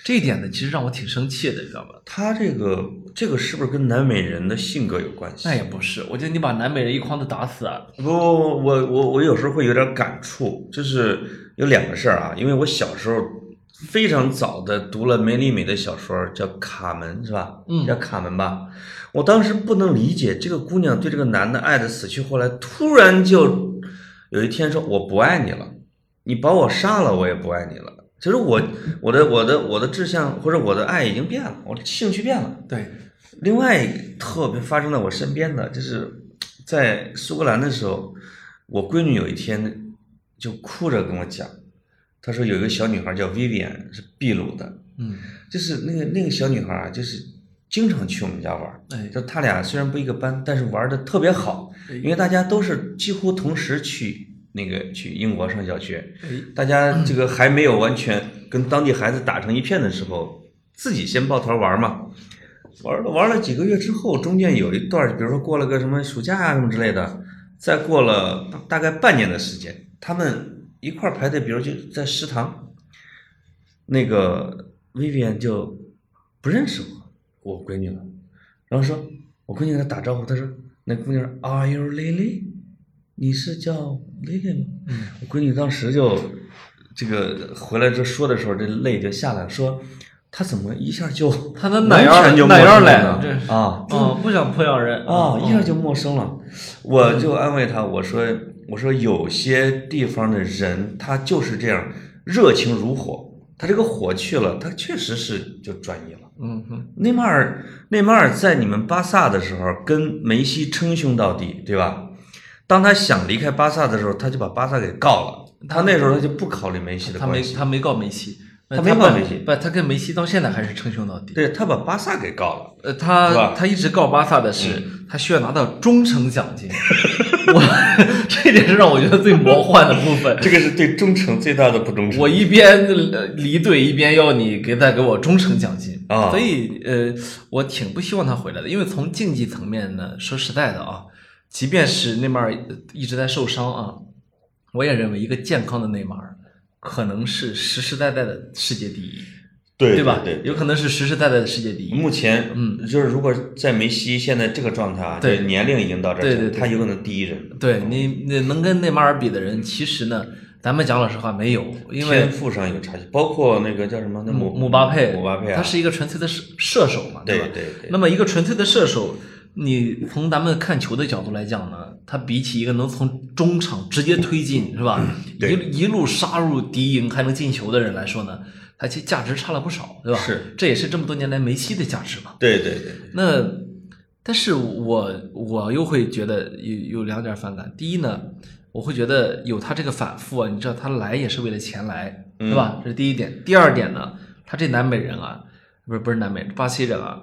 这一点呢，其实让我挺生气的，你知道吗？他这个这个是不是跟南美人的性格有关系？那也不是，我觉得你把南美人一筐子打死啊，不不不，我我我有时候会有点感触，就是有两个事儿啊，因为我小时候非常早的读了梅里美的小说，叫《卡门》，是吧？嗯叫《卡门》吧。我当时不能理解这个姑娘对这个男的爱的死去活来，突然就有一天说我不爱你了，你把我杀了，我也不爱你了。其实我我的我的我的志向或者我的爱已经变了，我的兴趣变了。对，另外一个特别发生在我身边的，就是在苏格兰的时候，我闺女有一天就哭着跟我讲，她说有一个小女孩叫 Vivian，是秘鲁的，嗯，就是那个那个小女孩啊，就是经常去我们家玩儿。哎，就她俩虽然不一个班，但是玩的特别好，哎因为大家都是几乎同时去那个去英国上小学，哎大家这个还没有完全跟当地孩子打成一片的时候，自己先抱团玩嘛。玩了玩了几个月之后，中间有一段儿，比如说过了个什么暑假啊什么之类的，再过了大大概半年的时间，他们一块儿排队，比如就在食堂，那个 Vivian 就不认识我，我闺女了，然后说，我闺女跟她打招呼，她说，那姑娘说 Are you Lily？你是叫 Lily 吗？嗯我闺女当时就这个回来之后说的时候，这泪就下来了，说她怎么一下就他那哪完全就陌样哪生样了来呢的？这是啊哦，不想破养人啊，一嗯下就陌生了。我就安慰她，我说我说有些地方的人他就是这样，热情如火，他这个火去了，他确实是就转移了。嗯哼，内马尔，内马尔在你们巴萨的时候跟梅西称兄道弟，对吧？当他想离开巴萨的时候，他就把巴萨给告了。他那时候他就不考虑梅西的他关没系，他没告梅西，他没告梅西不，他跟梅西到现在还是称兄道弟。对他把巴萨给告了。呃，是吧嗯他他一直告巴萨的是，他需要拿到忠诚奖金。 我这点是让我觉得最魔幻的部分。 这个是对忠诚最大的不忠诚。我一边呃离队，一边要你给再给我忠诚奖金啊所以呃，我挺不希望他回来的，因为从竞技层面呢，说实在的啊，即便是内马尔一直在受伤啊，我也认为一个健康的内马尔可能是实实在在的世界第一，对吧？对，有可能是实实在在的世界第一。目前嗯就是如果在梅西现在这个状态啊，对就年龄已经到这儿去了，对对对他有可能第一人，对你，你能跟内马尔比的人，其实呢，咱们讲老实话，没有，因为天赋上有差距，包括那个叫什么那姆姆姆巴佩，姆巴佩啊，他是一个纯粹的射射手嘛，对吧？对对那么一个纯粹的射手，你从咱们看球的角度来讲呢，他比起一个能从中场直接推进是吧，嗯对一一路杀入敌营还能进球的人来说呢，他其实价值差了不少，对吧？是，这也是这么多年来梅西的价值嘛。对对对，那，但是我我又会觉得有有两点反感。第一呢，我会觉得有他这个反复啊，你知道他来也是为了钱来，对吧？这是第一点。第二点呢，他这南美人啊，不是不是南美，巴西人啊，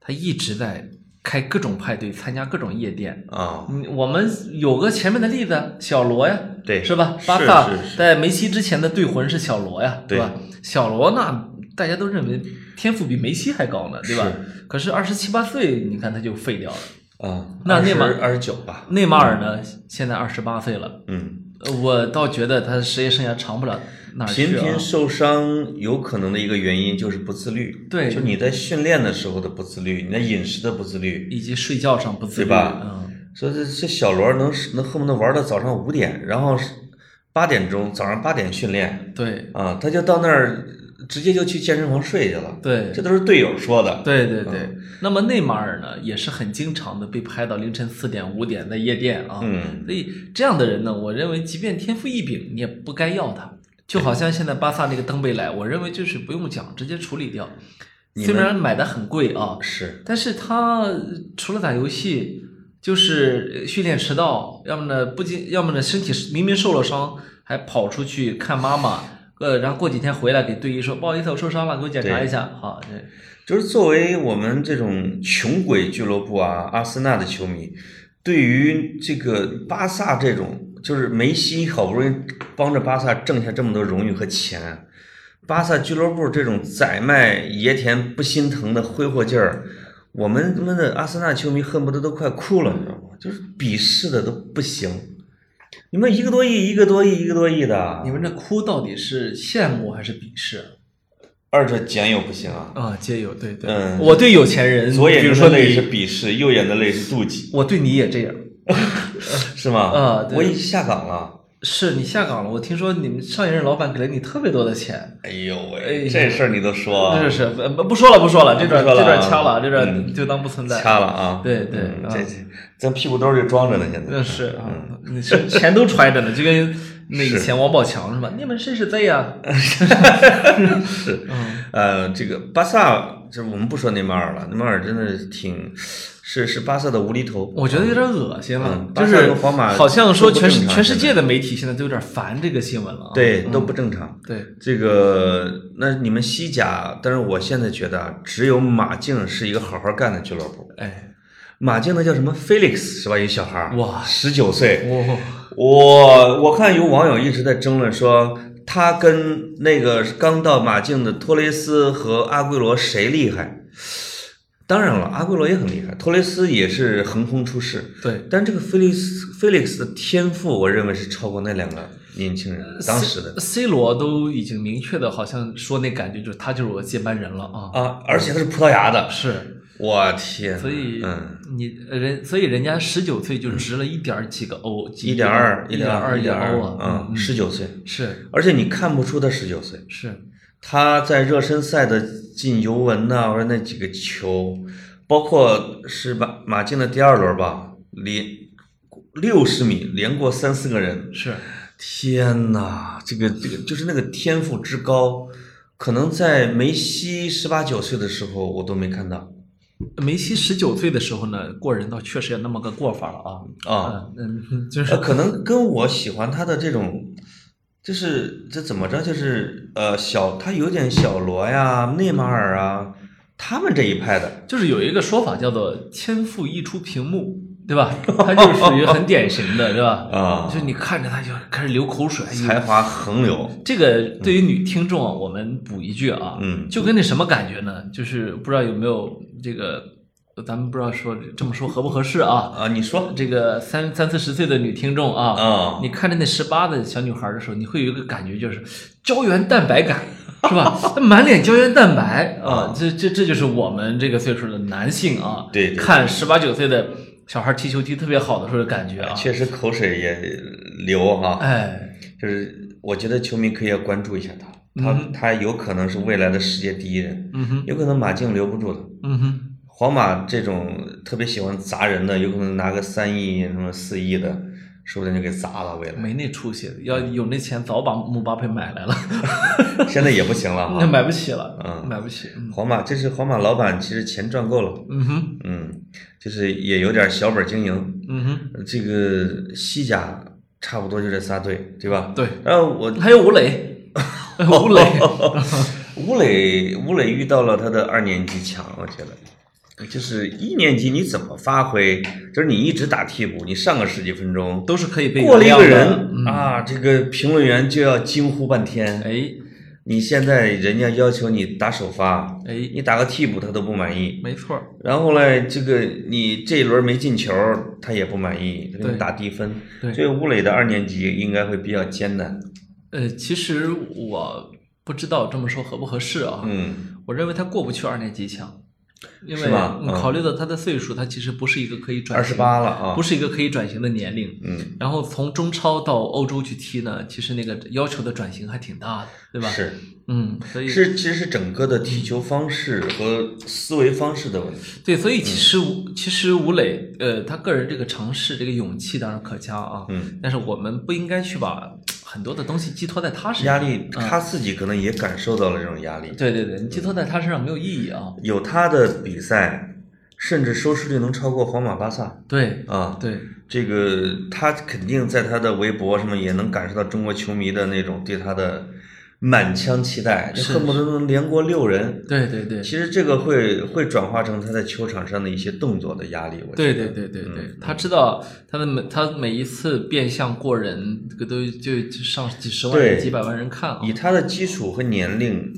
他一直在开各种派对，参加各种夜店。啊，嗯，我们有个前面的例子，小罗呀，对是吧？巴是萨是是在梅西之前的队魂是小罗呀，对吧？小罗那大家都认为天赋比梅西还高呢，对吧？可是二十七八岁，你看他就废掉了。啊，那内马尔二十九吧，内马尔呢，现在二十八岁了，嗯，呃我倒觉得他职业生涯长不了哪儿去、啊。频频受伤有可能的一个原因就是不自律，对就你在训练的时候的不自律，你在饮食的不自律，以及睡觉上不自律，对吧嗯，说这这小罗能能恨不得玩到早上五点，然后八点钟早上八点训练对，啊，他就到那儿直接就去健身房睡去了，对这都是队友说的，对对对。嗯那么内马尔呢，也是很经常的被拍到凌晨四点、五点在夜店啊。嗯，所以这样的人呢，我认为即便天赋异禀，你也不该要他。就好像现在巴萨那个登贝莱，我认为就是不用讲，直接处理掉。你虽们然买的很贵啊，是，但是他呃除了打游戏，就是呃训练迟到，要么呢不仅，要么呢身体是明明受了伤，还跑出去看妈妈，呃，然后过几天回来给队医说不好意思，我受伤了，给我检查一下。好，这就是作为我们这种穷鬼俱乐部啊，阿森纳的球迷，对于这个巴萨这种，就是梅西好不容易帮着巴萨挣下这么多荣誉和钱，巴萨俱乐部这种宰卖野田不心疼的挥霍劲儿，我们他妈的阿森纳球迷恨不得都快哭了，你知道吗？就是鄙视的都不行。你们一个多亿，一个多亿，一个多亿的，你们这哭到底是羡慕还是鄙视二者兼有不行啊。啊？皆有，对对，嗯我对有钱人，左比眼如的说泪是你，鄙视，右眼的泪是妒忌。我对你也这样。是吗？啊对我已经下岗了。是你下岗了，我听说你们上一任老板给了你特别多的钱，哎呦哎喂，呀这事儿你都说啊，是是是，不不说了不说了，这段不说了这啊段掐了，这嗯段就当不存在。掐了啊？对对嗯啊这这咱屁股兜里装着呢，现在那是啊，你是钱都揣着呢，就跟那以前王宝强是吧？你们谁是贼呀？是嗯，呃，这个巴萨，这我们不说内马尔了，内马尔真的挺是是巴萨的无厘头。我觉得有点恶心了嗯，就巴萨是跟皇马好像说全都不正常全世界的媒体现在都有点烦这个新闻了啊。对都不正常。对，这个，那你们西甲，但是我现在觉得啊，只有马竞是一个好好干的俱乐部。哎，马竞的叫什么 Felix 是吧？一小孩儿哇十九岁，我我我看有网友一直在争论说，他跟那个刚到马竞的托雷斯和阿圭罗谁厉害？当然了，阿圭罗也很厉害，托雷斯也是横空出世。对但这个菲利斯菲利斯的天赋，我认为是超过那两个年轻人当时的 C 罗都已经明确的，好像说那感觉就是他就是我接班人了啊。啊，而且他是葡萄牙的，是，我天哪！所以嗯，你人，所以人家十九岁就值了一点儿几个欧，一点二，一点二，一点点二欧啊，嗯，十九岁，是而且你看不出他十九岁。是，他在热身赛的进尤文呐、或者那几个球，包括是马马竞的第二轮吧，连六十米连过三四个人，是，天呐，这个这个就是那个天赋之高，可能在梅西十八九岁的时候，我都没看到梅西十九岁的时候呢，过人倒确实有那么个过法了啊。啊，嗯，嗯就是呃，可能跟我喜欢他的这种，就是这怎么着，就是呃小，他有点小罗呀、内马尔啊，他们这一派的，就是有一个说法叫做“天赋溢出屏幕”，对吧？他就是属于很典型的，对吧？啊就你看着他就开始流口水。哎呦才华横流。这个对于女听众啊，我们补一句啊，嗯就跟那什么感觉呢？就是不知道有没有这个，咱们不知道说这么说合不合适啊？啊，你说这个三三四十岁的女听众啊，啊你看着那十八的小女孩的时候，你会有一个感觉，就是胶原蛋白感，是吧？她满脸胶原蛋白啊，这这这就是我们这个岁数的男性啊，对对对看十八九岁的小孩踢球踢特别好的时候的感觉啊，确实口水也流哈、哎，就是我觉得球迷可以要关注一下他，他他有可能是未来的世界第一人，嗯哼，有可能马竞留不住他。嗯哼，皇马这种特别喜欢砸人的，有可能拿个三亿、什么四亿的，说不定就给砸了。 未来没那出息，要嗯有那钱早把姆巴佩买 来了，现在也不行了那哈。买不起了，哦嗯买不起，嗯皇马这是皇马老板，其实钱赚够了，嗯哼，嗯，就是也有点小本经营。嗯哼，呃这个西甲差不多就这仨队，对吧？对，然后我还有 吴磊，吴磊，吴磊，吴磊遇到了他的二年级强，我觉得，就是一年级你怎么发挥，就是你一直打替补，你上个十几分钟，都是可以被过了一原谅个的人嗯啊，这个评论员就要惊呼半天。哎你现在人家要求你打首发，哎，你打个替补他都不满意，没错儿，然后嘞，这个你这一轮没进球，他也不满意，他给对你打低分。对所以吴磊的二年级应该会比较艰难。呃，其实我不知道这么说合不合适啊。嗯，我认为他过不去二年级强，因为是吧嗯嗯考虑到他的岁数，他其实不是一个可以转二型，十八了啊，不是，是一个可以转型的年龄。嗯，然后从中超到欧洲去踢呢，其实那个要求的转型还挺大的，对吧？，是。嗯，所以是，其实是整个的踢球方式和思维方式的问题。对，所以其实吴、其实吴磊，呃，他个人这个尝试这个勇气当然可嘉啊，嗯，但是我们不应该去把很多的东西寄托在他身压上。力，他自己可能也感受到了这种压力。对对对，你寄托在他身上没有意义啊。有他的比赛，甚至收视率能超过皇马、巴萨对啊。对，这个他肯定在他的微博什么也能感受到中国球迷的那种对他的满腔期待，就是恨不得能连过六人。对对对，其实这个会会转化成他在球场上的一些动作的压力。我觉对得对对嗯对对，他知道他的每他每一次变相过人，这个都就就上几十万人、对几百万人看啊。以他的基础和年龄，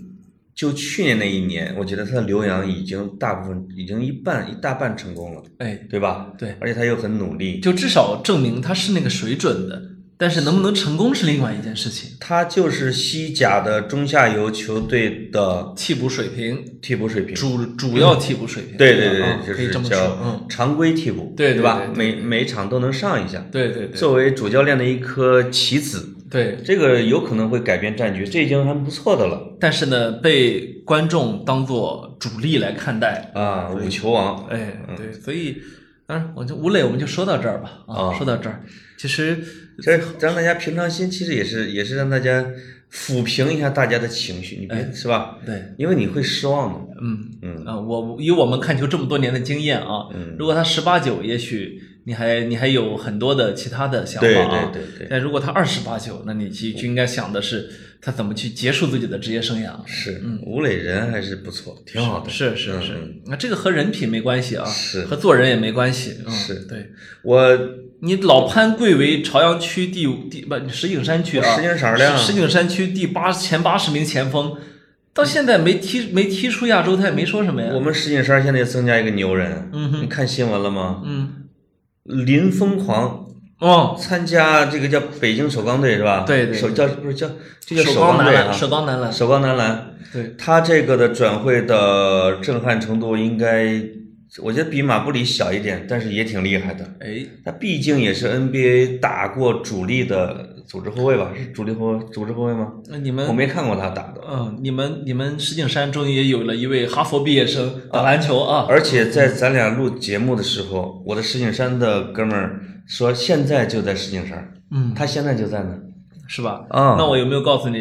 就去年那一年，我觉得他的留洋已经大部分已经一半一大半成功了，哎，对吧？对而且他又很努力，就至少证明他是那个水准的，但是能不能成功是另外一件事情。他就是西甲的中下游球队的替补水平，替补水平。主主要替补水平。对对对啊对，就可以这是么说。嗯叫，常规替补，对对对吧？对每每场都能上一下，对对对作为主教练的一颗棋子，对。这个有可能会改变战局，这已经很不错的了但是呢，被观众当做主力来看待，啊！五球王，哎，对，所以，当然，我就吴磊，我们就说到这儿吧。啊，啊说到这儿，其实其实让大家平常心，其实也是也是让大家抚平一下大家的情绪，你别、是吧？对，因为你会失望的。哎嗯嗯啊，我以我们看球这么多年的经验啊，嗯如果他十八九，也许你还你还有很多的其他的想法对啊。对对对但如果他二十八九，那你就就应该想的是他怎么去结束自己的职业生涯。是，嗯吴磊人还是不错，挺好的。是是嗯是嗯，那、这个和人品没关系啊，是和做人也没关系。嗯、是对我你老潘贵为朝阳区第五第不石景山区啊，石景山儿的啊石景山区第八前八十名前锋，到现在没踢没踢出亚洲，他也没说什么呀。我们石景山现在又增加一个牛人，嗯哼你看新闻了吗？嗯林疯狂哦。参加这个叫北京首钢队是吧？对对对首叫不是叫这叫手钢男队篮，啊，手钢男篮，首钢男篮。对，他这个的转会的震撼程度应该，我觉得比马布里小一点，但是也挺厉害的。哎，他毕竟也是 NBA 打过主力的组织后卫吧？是主力后卫组织后卫吗？那你我们，没看过他打的，嗯，你们你们石景山终于也有了一位哈佛毕业生打篮球啊，而且在咱俩录节目的时候，我的石景山的哥们儿说现在就在石景山，嗯，他现在就在那。是吧？啊那我有没有告诉你，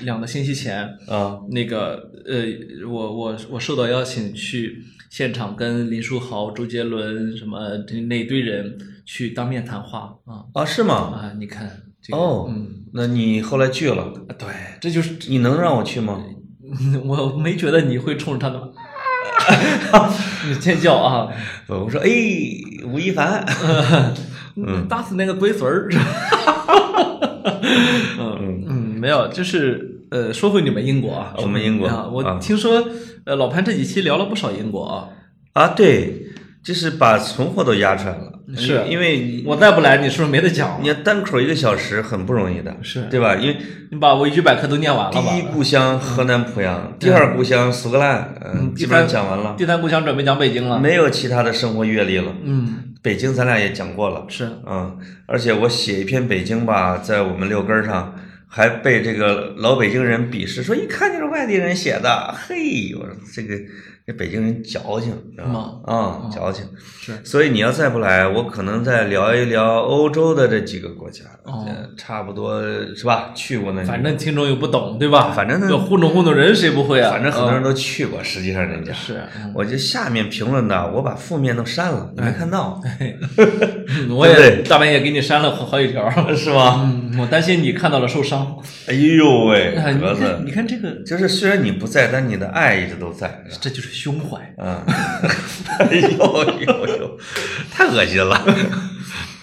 两个星期前，啊那个呃，我我我受到邀请去现场跟林书豪、周杰伦什么这那一堆人去当面谈话啊啊，是吗？啊！你看这个哦嗯，啊那你后来去了，对，这就是你能让我去吗？ 我没觉得你会冲着他的。 你尖叫啊！我说，哎，吴亦凡， 嗯，打死那个龟孙儿。嗯嗯，没有，就是呃，说回你们英国啊，我们英国啊，啊我听说呃，老潘这几期聊了不少英国啊，啊，对，就是把存货都压出来了，是因为你我再不来，你是不是没得讲你了？要单口一个小时很不容易的，是对吧？因为你把维基百科都念完了第一吧？故乡河南濮阳，第二故乡苏格兰，嗯，嗯基本上讲完了，第三故乡准备讲北京了。没有其他的生活阅历了。嗯，北京咱俩也讲过了，是嗯，而且我写一篇北京吧，在我们六根儿上还被这个老北京人鄙视，说一看就是外地人写的，嘿，我说这个这北京人矫情，知道吗？啊、嗯矫情。是所以你要再不来，我可能再聊一聊欧洲的这几个国家，哦呃差不多是吧？去过那，反正听众又不懂，对吧？反正呢要糊弄糊弄人，谁不会啊？反正很多人嗯都去过，实际上人家。是， 嗯我就下面评论的，我把负面都删了，哎你没看 到、我对也不大半夜给你删了好好几条。是吗？嗯，我担心你看到了受伤。哎呦喂，啊，你格子看，，你看这个，就是虽然你不在，但你的爱一直都在。这就是胸怀， 嗯，哎呦呦呦，太恶心了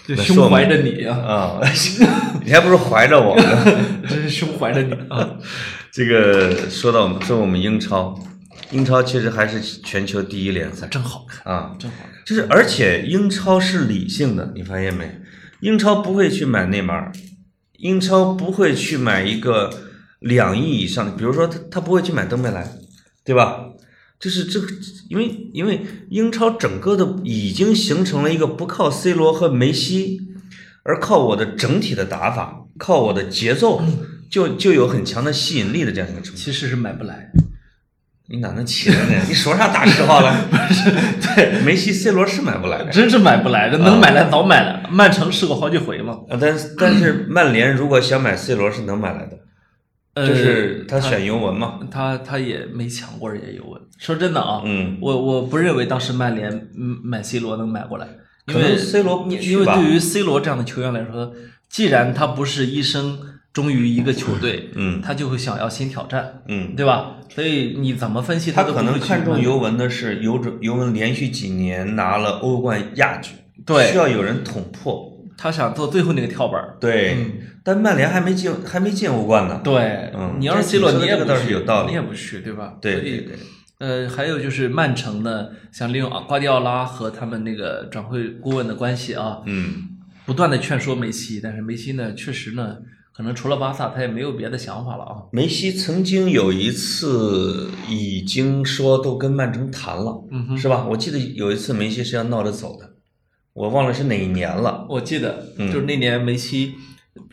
就那说胸明怀着你 啊，啊！ 你还不如怀着我呢。这是胸怀着你 啊。这个说到我们说我们英超，英超其实还是全球第一联赛真好看，啊，真好看。就是而且英超是理性的，你发现没？英超不会去买内马尔，英超不会去买一个两亿以上的，比如说他他不会去买登贝莱，对吧？就是这个，因为因为英超整个的已经形成了一个不靠 C 罗和梅西，而靠我的整体的打法，靠我的节奏，就就有很强的吸引力的这样一个程度。其实是买不来，你哪能起来呢？你手上打实话了？对，梅西、C 罗是买不来的。真是买不来的。能买来早买了，曼城试过好几回嘛。啊，但是但 是曼联如果想买 C 罗是能买来的，呃就是他选尤文嘛。他他也没抢过人家尤文。说真的啊，嗯我我不认为当时曼联嗯买 C 罗能买过来，因可为能 C 罗不因去因为吧对于 C 罗这样的球员来说，既然他不是一生忠于一个球队，嗯他就会想要新挑战，嗯，对吧？所以你怎么分析他都可不能会去看中曼尤文的是尤准尤文连续几年拿了欧冠亚军，对需要有人捅破。他想做最后那个跳板儿。对，嗯但曼联还没进还没进欧冠呢。对，嗯你要是这 C 罗，你说你的这也个不倒是去有道理你也不去，对吧？对所以对对呃，还有就是曼城呢，想利用啊瓜迪奥拉和他们那个转会顾问的关系啊，嗯，不断的劝说梅西，但是梅西呢，确实呢，可能除了巴萨，他也没有别的想法了啊。梅西曾经有一次已经说都跟曼城谈了，嗯哼是吧？我记得有一次梅西是要闹着走的，我忘了是哪一年了，我记得嗯就是那年梅西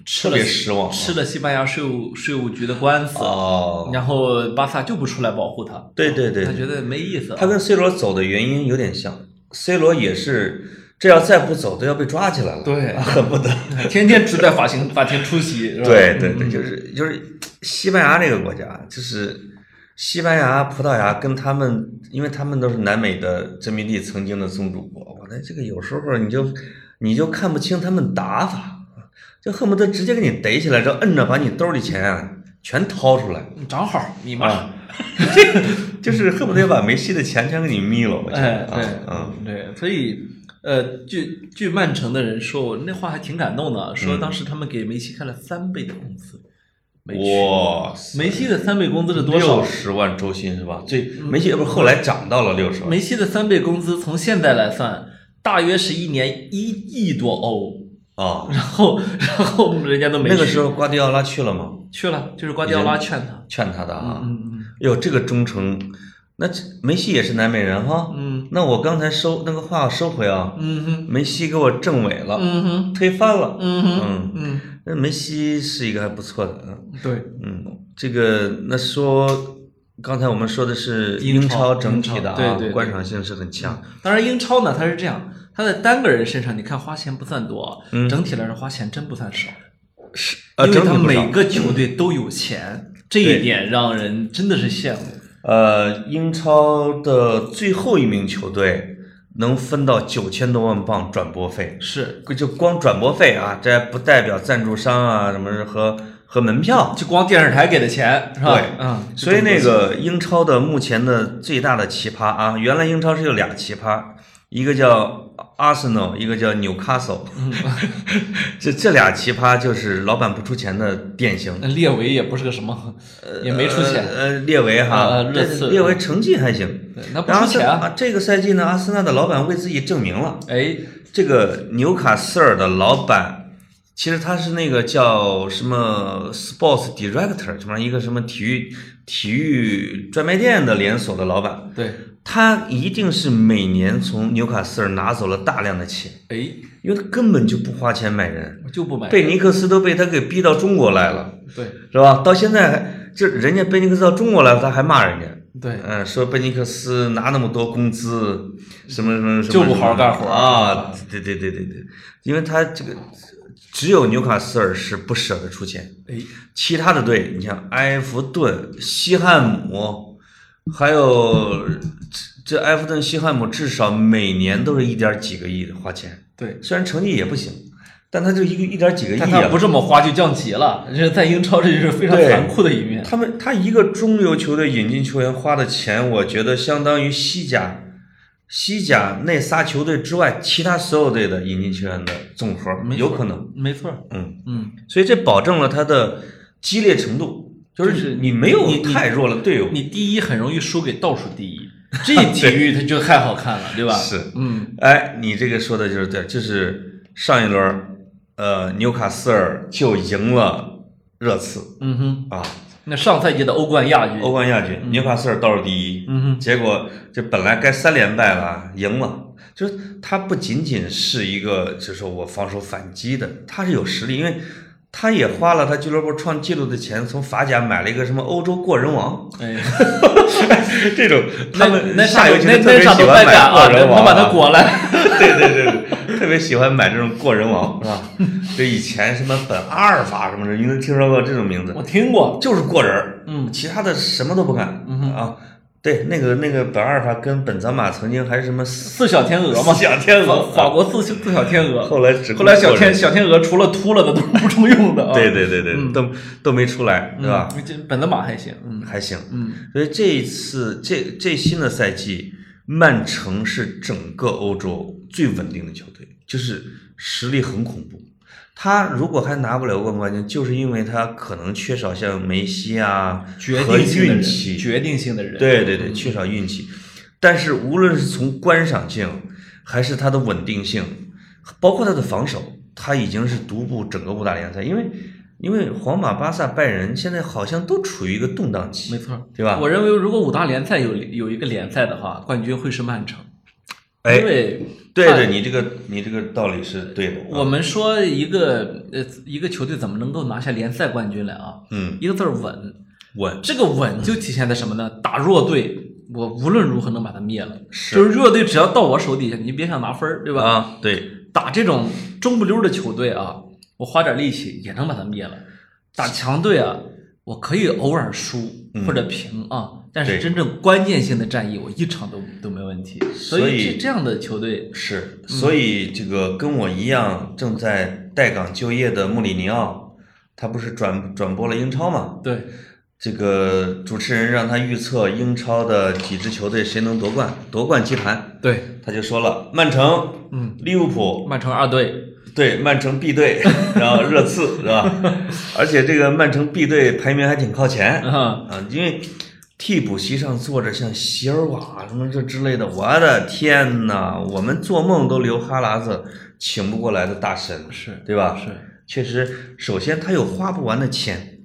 吃特了别失望啊。吃了西班牙税务税务局的官司，哦，然后巴萨就不出来保护他，对对对他对。觉得没意思啊。他跟 C 罗走的原因有点像，C 罗也是，这要再不走都要被抓起来了，对恨不得。天天只在法庭法庭出席，是吧对对嗯对，就是就是西班牙这个国家，就是西班牙、葡萄牙跟他们，因为他们都是南美的殖民地曾经的宗主国，我那这个有时候你就你就看不清他们打法，就恨不得直接给你逮起来，之后摁着把你兜里钱啊全掏出来。你长嗯好，你妈啊，， 就是恨不得要把梅西的钱全给你眯了，我觉得哎，啊对，嗯，对，所以。呃，据据曼城的人说，我那话还挺感动的，啊说嗯当时他们给梅西开了三倍的工资，没去哇塞，梅西的三倍工资是多少嗯六？十万周薪是吧？最梅西不是后来涨到了六十万？梅西的三倍工资从现在来算，大约是一年一亿多欧。啊，然后，然后人家都没那个去时候瓜迪奥拉去了吗？去了，就是瓜迪奥拉劝他。劝他的啊。嗯哟，这个忠诚，那这梅西也是南美人哈。嗯那我刚才收那个话收回啊，嗯哼梅西给我证伪了，嗯哼推翻了。嗯哼嗯，嗯，那梅西是一个还不错的，嗯对，嗯，这个那说。刚才我们说的是英英超超整体的啊，英超对对对观赏性是很强。当然英超呢，它是这样，它在单个人身上，你看花钱不算多，整体来说花钱真不算少，啊，嗯嗯因为整它体不少嗯每个球队都有钱，这一点让人真的是羡慕。呃，英超的最后一名球队能分到九千多万镑转播费，是，就光转播费啊，这还不代表赞助商啊什么和和门票。就光电视台给的钱是吧？对嗯，所以那个英超的目前的最大的奇葩啊，原来英超是有俩奇葩，一个叫 Arsenal，一个叫纽卡索。 这这俩奇葩就是老板不出钱的典型。那列维也不是个什么，也没出现，呃，呃列维哈，呃呃热刺这列维成绩还行。对那不然后出这钱啊。啊，这个赛季呢，阿森纳的老板为自己证明了。哎，这个纽卡斯尔的老板，其实他是那个叫什么 Sports Director，什么一个什么体育体育专卖店的连锁的老板，对，他一定是每年从纽卡斯尔拿走了大量的钱，哎，因为他根本就不花钱买人，我就不买。贝尼克斯都被他给逼到中国来了，对是吧？到现在还就人家贝尼克斯到中国来了，他还骂人家。对，哎嗯，说贝尼克斯拿那么多工资，什么什么什么，就不好好干活儿啊！对对对对对，因为他这个只有纽卡斯尔是不舍得出钱，哎，其他的队，你像埃弗顿、西汉姆，还有这这埃弗顿、西汉姆，至少每年都是一点几个亿的花钱，对，虽然成绩也不行，但他就一个一点几个亿但他啊不。这么花就降级了，这在英超这就是非常对残酷的一面。他们他一个中游球队引进球员花的钱，我觉得相当于西甲西甲那仨球队之外其他所有队的引进球员的总和，没错有可能，没错，嗯，嗯，所以这保证了他的激烈程度，就就是是你你没有你你太弱了队友，你第一很容易输给倒数 第一，这体育它就太好看了，对吧？是，嗯，哎，你这个说的就是对，就是上一轮，呃，纽卡斯尔就赢了热刺嗯哼，啊，那上赛季的欧冠亚军，欧冠亚军，纽卡斯尔倒数第一，嗯哼，结果这本来该三连败了，赢了。就是他不仅仅是一个，就是说我防守反击的，他是有实力，因为他也花了他俱乐部创纪录的钱，从法甲买了一个什么欧洲过人王， 哎，这种那他们那下场游球那队特别那场喜都欢败买战啊，过人王、我把他裹来， 对对对对，特别喜欢买这种过人王，是吧？就以前什么本阿尔法什么的，你能听说过这种名字？我听过，就是过人儿，嗯其他的什么都不干、嗯哼啊。对，那个那个本阿尔法跟本泽马曾经还是什么四四小天鹅嘛，四 小天鹅法法国四四小天 鹅，后来只后来小过人天小天鹅除了秃了的都是不中用的啊，对对对对，都都没出来，嗯，对吧？这本泽马还行，嗯还行。嗯，所以这一次这这新的赛季，曼城是整个欧洲最稳定的球队，就是实力很恐怖。他如果还拿不了冠冠军，就是因为他可能缺少像梅西啊决和定性的运人，气，决定性的人，对对对，缺少运气。但是无论是从观赏性，还是它的稳定性，包括它的防守，它已经是独步整个五大联赛。因为因为皇马、巴萨、拜仁现在好像都处于一个动荡期，没错，对吧我认为如果五大联赛有有一个联赛的话，冠军会是曼城，哎因为对曼对，你这个你这个道理是对的。啊我们说一个呃一个球队怎么能够拿下联赛冠军来啊？嗯，一个字儿稳。稳这个稳就体现在什么呢？打弱队，我无论如何能把它灭了。是就是弱队只要到我手底下，你别想拿分儿，对吧？啊，对，打这种中不溜儿的球队啊，我花点力气也能把它灭了。打强队啊，我可以偶尔输嗯或者平啊，但是对真正关键性的战役，我一场都都没问题。所所以这这样的球队，是，嗯所以这个跟我一样正在待岗就业的穆里尼奥，他不是转转播了英超吗？对，这个主持人让他预测英超的几支球队谁能夺冠，夺冠棋盘，对，他就说了，曼城、嗯，利物浦，曼城二队，对， 曼城 B 队，然后热刺是吧？而且这个曼城 B 队排名还挺靠前啊，啊，因为替补席上坐着像席尔瓦什么这之类的，我的天呐，我们做梦都流哈喇子，请不过来的大神，是对吧？是，确实，首先他有花不完的钱，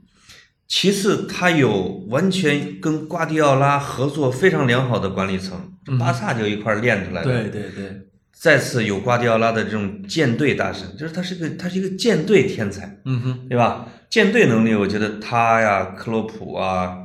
其次他有完全跟瓜迪奥拉合作非常良好的管理层，巴萨就一块儿练出来的。嗯对对对，再次有瓜迪奥拉的这种舰队大神，就是他是个他是一个舰队天才，嗯哼，对吧？舰队能力，我觉得他呀、克洛普啊，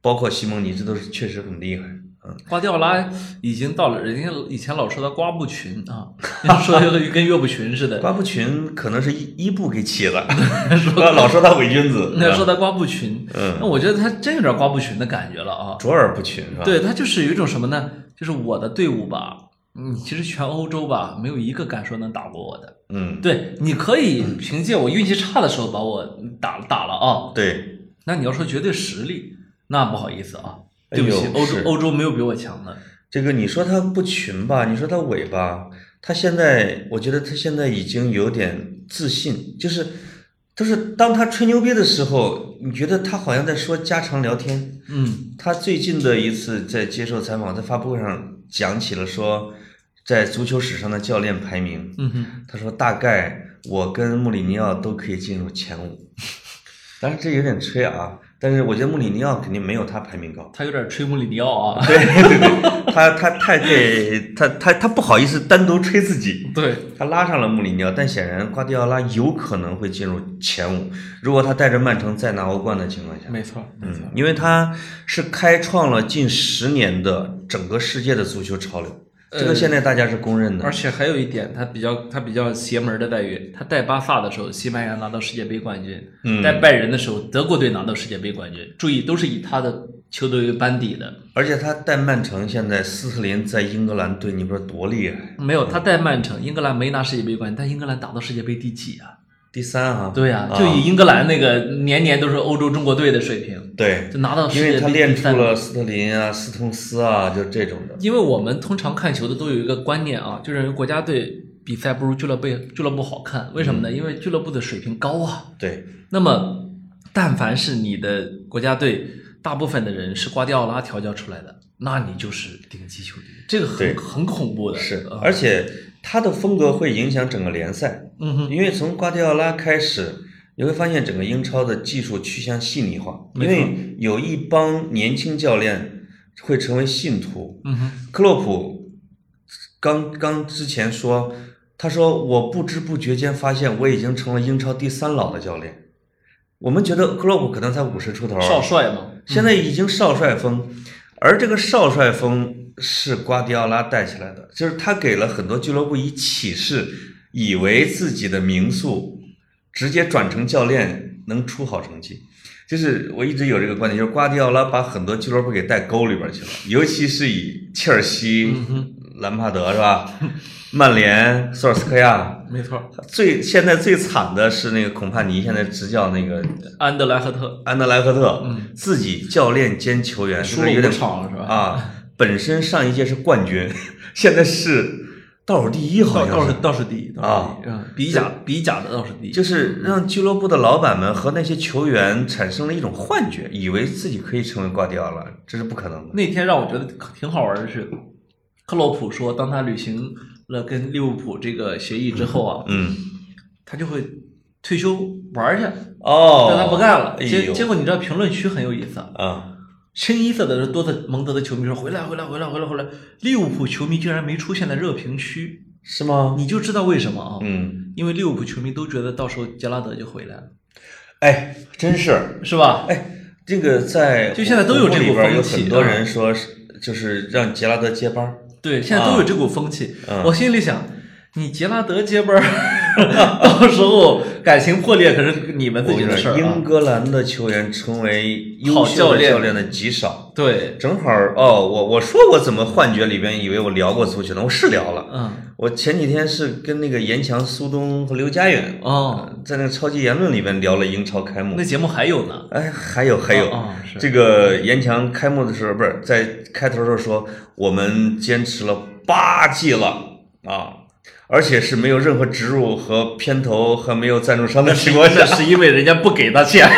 包括西蒙尼，这都是确实很厉害啊。瓜迪奥拉已经到了人家以前老说他瓜布群 啊，说的跟岳不群似的，瓜布群可能是伊伊布给起了， 说老说他伪君子，那是说吧他瓜布群，嗯那我觉得他真有点瓜布群的感觉了啊。卓尔不群是吧？，对他就是有一种什么呢？就是我的队伍吧，嗯，其实全欧洲吧，没有一个敢说能打过我的。嗯，对，你可以凭借我运气差的时候把我打打了啊。对，那你要说绝对实力，那不好意思啊，哎对不起，呦欧是洲欧洲没有比我强的。这个你说他不群吧，你说他伪吧，他现在我觉得他现在已经有点自信，就是就是当他吹牛逼的时候，你觉得他好像在说家常聊天，嗯他最近的一次在接受采访，在发布会上讲起了说，在足球史上的教练排名，嗯哼，。他说大概我跟穆里尼奥都可以进入前五， 当然这有点吹啊，但是我觉得穆里尼奥肯定没有他排名高他有点吹穆里尼奥 啊。对对对，他他太给他他他不好意思单独吹自己， 对，他拉上了穆里尼奥，但显然瓜迪奥拉有可能会进入前五，如果他带着曼城再拿欧冠的情况下。没错没错嗯，。因为他是开创了近十年的整个世界的足球潮流，这个现在大家是公认的呃而。且还有一点，他比较他比较邪门的待遇，他带巴萨的时候，西班牙拿到世界杯冠军；嗯带拜仁的时候，德国队拿到世界杯冠军。注意，都是以他的球队为班底的。而且他带曼城，现在斯特林在英格兰队，你不知道多厉害，没有，他带曼城，英格兰没拿世界杯冠军，但英格兰打到世界杯第几啊？第三啊。对呀、就以英格兰那个年年都是欧洲中国队的水平，对，就拿到世因为界他杯练第出三名。了斯特林啊、斯通斯啊，就这种的。因为我们通常看球的都有一个观念啊，就认为国家队比赛不如俱乐部俱乐部好看，为什么呢？嗯因为俱乐部的水平高啊。对，那么，但凡是你的国家队，大部分的人是瓜迪奥拉调教出来的，那你就是顶级球队，这个对很很恐怖的。是呃，而且他的风格会影响整个联赛。嗯哼，因为从瓜迪奥拉开始，你会发现整个英超的技术趋向细腻化，没因错为有一帮年轻教练会成为信徒。嗯哼，克洛普刚刚之前说，他说我不知不觉间发现我已经成了英超第三老的教练。我们觉得克洛普可能才五十出头，少帅嘛，现在已经少帅风，而这个少帅风是瓜迪奥拉带起来的，就是他给了很多俱乐部以启示，以为自己的名宿直接转成教练能出好成绩。就是我一直有这个观点，就是瓜迪奥拉把很多俱乐部给带沟里边去了，尤其是以切尔西、兰帕德是吧？曼联、索尔斯克亚，没错，最现在最惨的是那个孔帕尼，现在执教那个安德莱赫特安德莱赫特，自己教练兼球员，嗯输这个有了五点场了是吧？啊。本身上一届是冠军， 现在是倒数第一，好倒像倒是是倒数第一，倒数啊第一，嗯，比甲比甲的倒数第一，就是让俱乐部的老板们和那些球员产生了一种幻觉，以为自己可以成为瓜迪奥拉，这是不可能的。那天让我觉得挺好玩的是，克洛普说，当他履行了跟利物浦这个协议之后啊，嗯，他就会退休玩儿去，哦，但他不干了。哎结呦，结果你知道评论区很有意思啊，啊，清一色的人多特蒙德的球迷说回来回来回来回来回来，利物浦球迷竟然没出现在热评区，是吗？你就知道为什么啊？嗯，因为利物浦球迷都觉得到时候杰拉德就回来了，哎，真是，是 吧？哎，这个在就现在都有这股里边有风气很多啊人说是，就是让杰拉德接班儿。对，现在都有这股风气。嗯我心里想，你杰拉德接班儿， 到时候感情破裂可是你们自己的事儿啊英。格兰的球员成为优好教秀的练教练的极少。对，正好哦，我我说我怎么幻觉里边以为我聊过足球呢？我是聊了。嗯，我前几天是跟那个严强、苏东和刘佳远哦，在那个超级言论里边聊了英超开幕那。节目还有呢。哎，还有还有，哦哦是这个严强开幕的时候不是在开头的时候说我们坚持了八季了啊，而且是没有任何植入和片头和没有赞助商的情况下，那是因为人家不给 他钱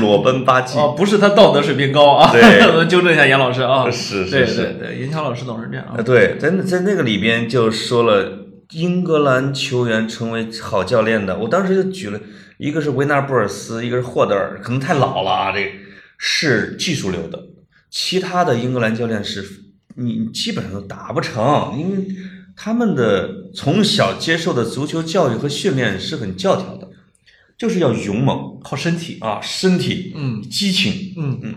裸奔八季。哦，不是他道德水平高啊。对 我们纠正一下严老师 啊。是是对是对对，严强老师总是这样啊啊，。对，在那在那个里边就说了，英格兰球员成为好教练的，我当时就举了一个是维纳布尔斯，一个是霍德尔，可能太老了啊，这个是技术流的，其他的英格兰教练是你基本上都达不成，因为他们的从小接受的足球教育和训练是很教条的，就是要勇猛靠身体。啊，身体、嗯激情，嗯，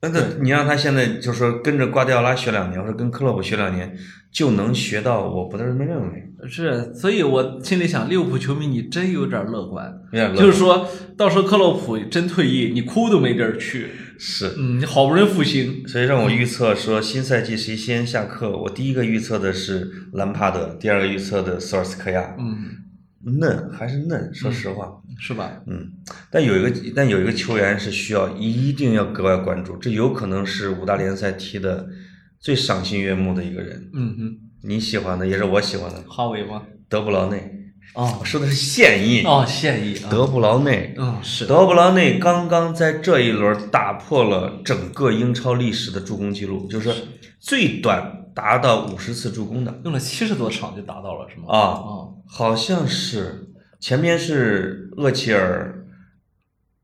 那那你让他现在就是说跟着瓜迪奥拉学两年，或者跟克洛普学两年，就能学到，我不是这么认为。是，所以我心里想，利物浦球迷你真有点乐观，有点乐观就是说到时候克洛普真退役，你哭都没地儿去。是，嗯，你好不容易复兴，所以让我预测说新赛季谁先下课，我第一个预测的是兰帕德，第二个预测的索尔斯克亚。嗯，嫩还是嫩，说实话，是吧？嗯，但有一个但有一个球员是需要一定要格外关注，这有可能是五大联赛踢的最赏心悦目的一个人，嗯哼，你喜欢的也是我喜欢的哈维吗？德布劳内，哦我说的是现役、哦，现役啊，德布劳内，嗯是德布劳内刚刚在这一轮打破了整个英超历史的助攻记录，就是最短达到五十次助攻的用了七十多场就达到了是吗？啊，哦，好像是前面是厄齐尔、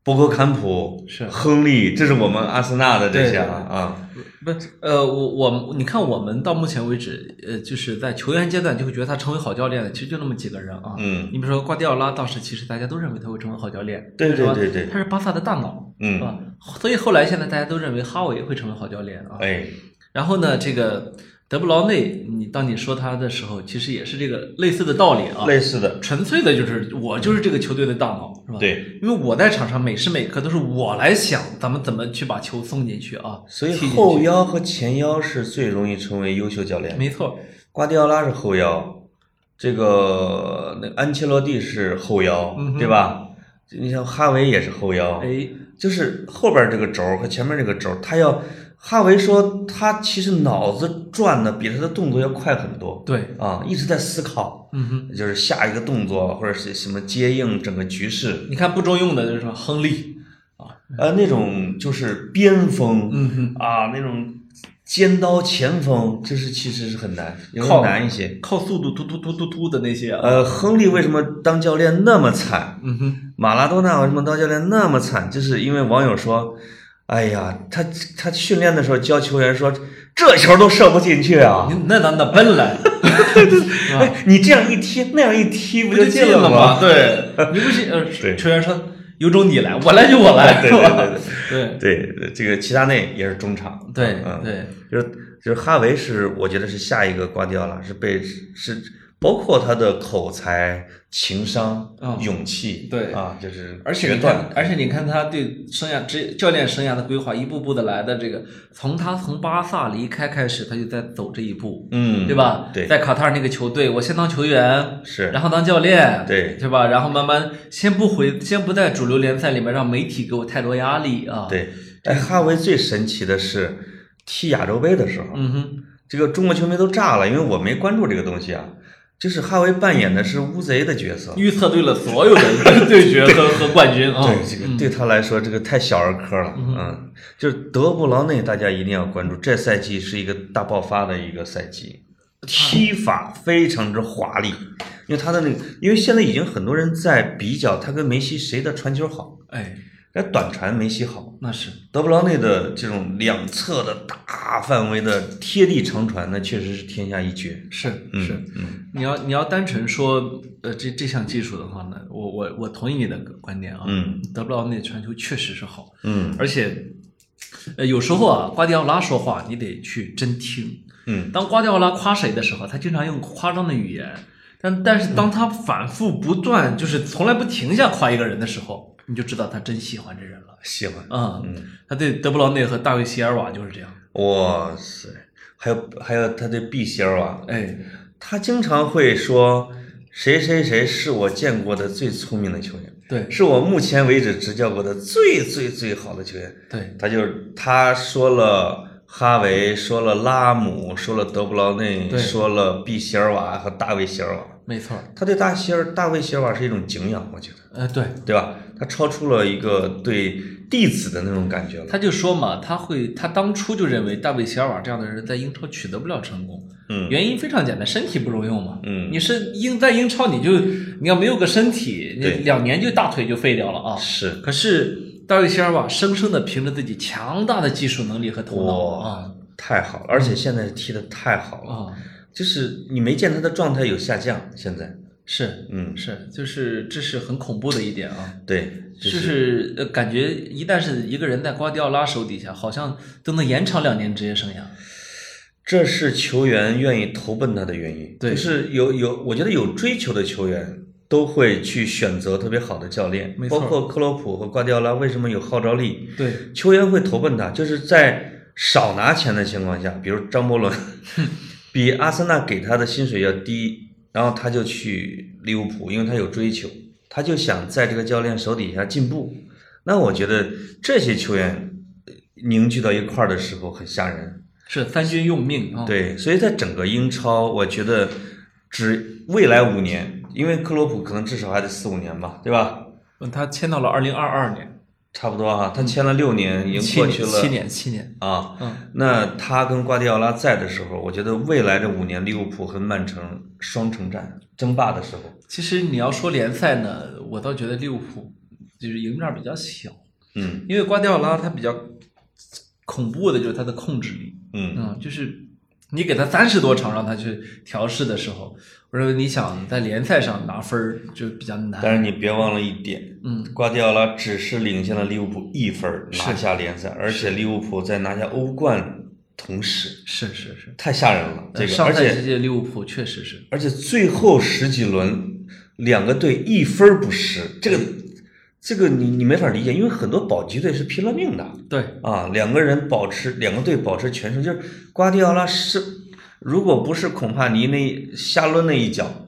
博格坎普、是亨利，这是我们阿森纳的这些啊啊，不是，呃，我我你看，我们到目前为止，呃，就是在球员阶段就会觉得他成为好教练的，其实就那么几个人啊。嗯你比如说瓜迪奥拉，当时其实大家都认为他会成为好教练，对对是吧对对他是巴萨的大脑，是嗯，吧？所以后来现在大家都认为哈维会成为好教练啊。哎，然后呢，这个德布劳内，你当你说他的时候，其实也是这个类似的道理啊，类似的，纯粹的就是我就是这个球队的大脑，是吧？，对，因为我在场上每时每刻都是我来想咱们怎么去把球送进去啊，所以踢进去后腰和前腰是最容易成为优秀教练的。没错，瓜迪奥拉是后腰，这个那个安切洛蒂是后腰，嗯哼对吧？你像哈维也是后腰，哎，就是后边这个轴和前面这个轴，他要哈维说他其实脑子转的比他的动作要快很多对，啊，一直在思考，嗯哼，就是下一个动作或者是什么接应整个局势，你看不中用的就是什么亨利，呃，那种就是边锋、嗯哼，啊，那种尖刀前锋，这是其实是很难，有点靠难一些。靠速度突突突突突的那些啊，呃，亨利为什么当教练那么惨？嗯哼，马拉多纳为什么当教练那么惨？就是因为网友说，哎呀，他他训练的时候教球员说，这球都射不进去啊！你那咱那奔来， 啊哎，你这样一踢，那样一踢，不就进了了 吗？吗？对，你不信？呃，对球员说有种你来，我来就我来，对是吧对对 对对，这个齐达内也是中场，对嗯，对，就是就是哈维是，我觉得是下一个瓜迪奥拉，是被是包括他的口才、情商、嗯勇气，对啊，就是而且决你断看，而且你看他对生涯职教练生涯的规划，一步步的来的这个，从他从巴萨离开开始，他就在走这一步，嗯，对吧？对，在卡塔尔那个球队，我先当球员，是然后当教练，对对吧？然后慢慢先不回，先不在主流联赛里面让媒体给我太多压力啊。，对，哎，哈维最神奇的是踢亚洲杯的时候，嗯哼，这个中国球迷都炸了，因为我没关注这个东西啊。就是哈维扮演的是乌贼的角色，预测对了所有的 对决和和冠军啊。对这个对他来说，这个太小儿科了。嗯，就是德布劳内，大家一定要关注，这赛季是一个大爆发的一个赛季，踢法非常之华丽，因为他的那个，因为现在已经很多人在比较他跟梅西谁的传球好，哎，那短传梅西好，那是德布劳内的这种两侧的大范围的贴地长传，那确实是天下一绝。是嗯是，嗯你要你要单纯说呃这这项技术的话呢，我我我同意你的观点啊。嗯德布劳内传球确实是好，嗯而且呃有时候啊，瓜迪奥拉说话你得去真听。嗯，当瓜迪奥拉夸谁的时候，他经常用夸张的语言，但但是当他反复不断，就是从来不停下夸一个人的时候，你就知道他真喜欢这人了。喜欢。啊、嗯，他对德布劳内和大卫席尔瓦就是这样。哇塞，还有还有他的毕希尔瓦，哎，啊他经常会说谁谁谁是我见过的最聪明的球员，对是我目前为止执教过的最最最好的球员。对，他就他说了哈维，说了拉姆，说了德布劳内，对说了毕希尔瓦和大卫席尔瓦。没错儿。他对大希尔、大卫席尔瓦是一种敬仰，我觉得，呃，对，对吧？他超出了一个对弟子的那种感觉了。他就说嘛，他会，他当初就认为大卫席尔瓦这样的人在英超取得不了成功，嗯原因非常简单，身体不中用嘛。嗯你是英在英超，你就你要没有个身体，你对两年就大腿就废掉了啊。是可是大卫席尔瓦生生的凭着自己强大的技术能力和头脑哇啊，太好了！而且现在踢的太好了，啊，就是你没见他的状态有下降，现在，是嗯，是，就是这是很恐怖的一点啊。对，就就是是呃感觉一旦是一个人在瓜迪奥拉手底下，好像都能延长两年职业生涯。这是球员愿意投奔他的原因。对就是有有，我觉得有追求的球员都会去选择特别好的教练，没包错括克洛普和瓜迪奥拉为什么有号召力，对，球员会投奔他，就是在少拿钱的情况下，比如张伯伦， 比阿森纳给他的薪水要低，然后他就去利物浦，因为他有追求，他就想在这个教练手底下进步。那我觉得这些球员呃凝聚到一块儿的时候很吓人。是三军用命啊。，对，所以在整个英超，我觉得只未来五年，因为克洛普可能至少还得四五年吧，对吧？嗯他签到了二零二二年，差不多哈、他签了六年，已经七过年，去了七年，七年。啊。嗯，那他跟瓜迪奥拉在的时候，我觉得未来这五年，利物浦和曼城双城战争霸的时候，其实你要说联赛呢，我倒觉得利物浦就是赢面比较小，嗯因为瓜迪奥拉他比较恐怖的就是他的控制力。嗯，嗯，就是你给他三十多场让他去调试的时候，我认为你想在联赛上拿分儿就比较难。但是你别忘了一点，嗯，瓜迪奥拉只是领先了利物浦一分儿拿是下联赛，而且利物浦在拿下欧冠同时，是是是，太吓人了，这个，呃而上赛且季利物浦确实是，而且最后十几轮，两个队一分儿不失，这个这个你你没法理解，因为很多保级队是拼了命的对啊，两个人保持两个队保持全胜，就是瓜迪奥拉是如果不是孔帕尼那瞎抡那一脚，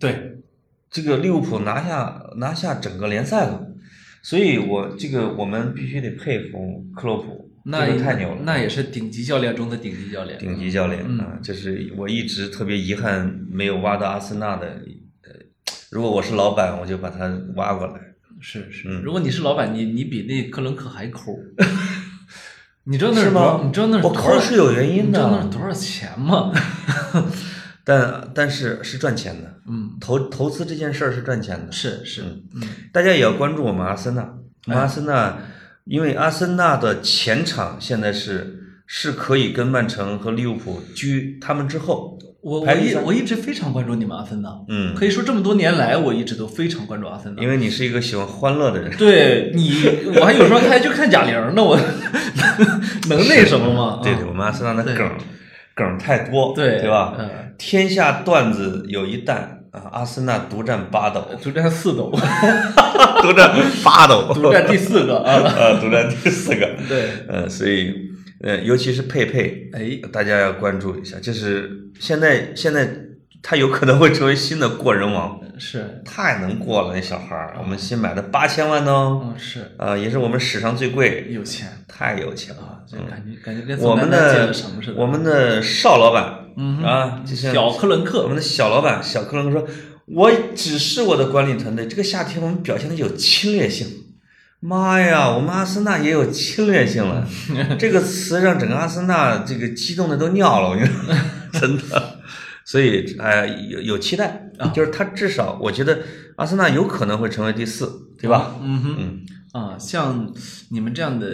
对，这个利物浦拿下拿下整个联赛了，所以我这个我们必须得佩服克洛普，那这也个太牛了，那也是顶级教练中的顶级教练。顶级教练、嗯啊，就是我一直特别遗憾没有挖到阿森纳的。呃，如果我是老板，我就把他挖过来。是是，嗯如果你是老板，你你比那克伦克还抠， 你知道那是多吗少？你知道那我多抠少是有原因你知道那是的，多少钱 吗？但但是是赚钱的，嗯，投投资这件事儿是赚钱的。是是，嗯嗯大家也要关注我们阿森纳，我们哎阿森纳，因为阿森纳的前场现在是是可以跟曼城和利物浦居他们之后。我我排第一三我一直非常关注你们阿森纳，嗯可以说这么多年来，我一直都非常关注阿森纳因。为你是一个喜欢欢乐的人，对你，我还有时候还去看贾玲呢，我 能那什么吗？对啊对，我们阿森纳的梗儿梗儿太多，对对吧？嗯天下段子有一旦啊，阿森纳独占八 斗，独占 四斗，独占八斗，独占第四个 啊。呃，独占第四个，对，呃，所以呃，尤其是佩佩，哎，大家要关注一下，就是现在现在他有可能会成为新的过人王，是，太能过了那小孩儿，我们新买的八千万呢、哦，嗯，是呃，也是我们史上最贵，有钱太有钱了。啊，就感觉感觉嗯跟我宋们丹丹进了的什么似的。我们的邵老板，嗯哼啊，就像小克伦我们克，的小老板小克伦说：“我只是我的管理团队，这个夏天我们表现的有侵略性。”妈呀，我们阿森纳也有侵略性了，这个词让整个阿森纳这个激动的都尿了，我跟你说， 真的。所以，哎，有有期待，就是他至少我觉得阿森纳有可能会成为第四，对吧？嗯哼。嗯，啊，像你们这样的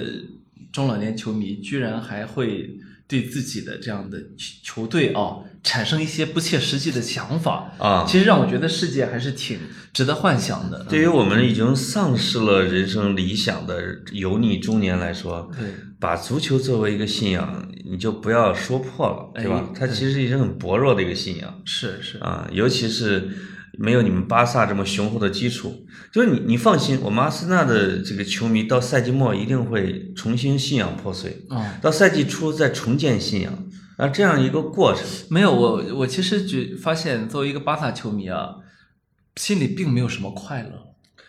中老年球迷，居然还会对自己的这样的球球队啊产生一些不切实际的想法啊其实让我觉得世界还是挺值得幻想的。对于我们已经丧失了人生理想的油腻中年来说，嗯对，把足球作为一个信仰，你就不要说破了，哎对吧？它对其实已经很薄弱的一个信仰是是，啊，尤其是没有你们巴萨这么雄厚的基础。就是你，你放心，我们阿森纳的这个球迷到赛季末一定会重新信仰破碎，啊，到赛季初再重建信仰，啊，这样一个过程。没有我，我其实觉发现作为一个巴萨球迷啊，心里并没有什么快乐，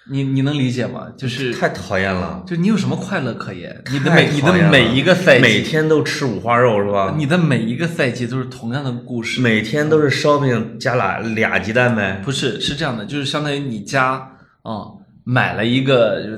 你你能理解吗？就是太讨厌了，就你有什么快乐可言？你的太每你讨的厌了每一个赛季，每天都吃五花肉是吧？你的每一个赛季都是同样的故事，啊每天都是烧饼加俩俩鸡蛋呗？不是，是这样的，就是相当于你家啊、买了一个就是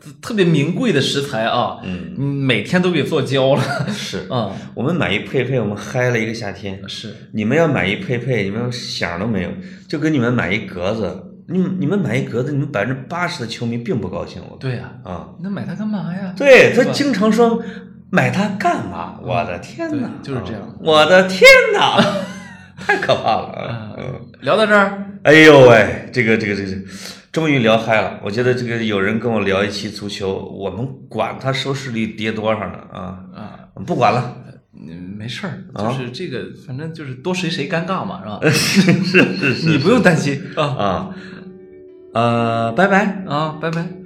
嘖特别名贵的食材啊，嗯，你每天都给做焦了 是。啊、我们买一佩佩，我们嗨了一个夏 天。是你们要买一佩佩，你们想都没有，就跟你们买一格子，你们你们买一格子，你们百分之八十的球迷并不高兴，我对呀、啊，那买它干嘛呀？对他是吧嗯经常说买它干嘛？我的天哪，对就是这样啊我的天哪， 太可怕了，啊嗯，聊到这儿，哎呦喂，这个这个这个，终于聊嗨了。我觉得这个有人跟我聊一期足球，我们管他收视率跌多少呢啊，啊，不管了。嗯，没事儿，啊就是这个，反正就是多谁谁尴尬嘛，是吧？ 是是是是，你不用担心啊啊，呃，拜拜。啊，拜拜。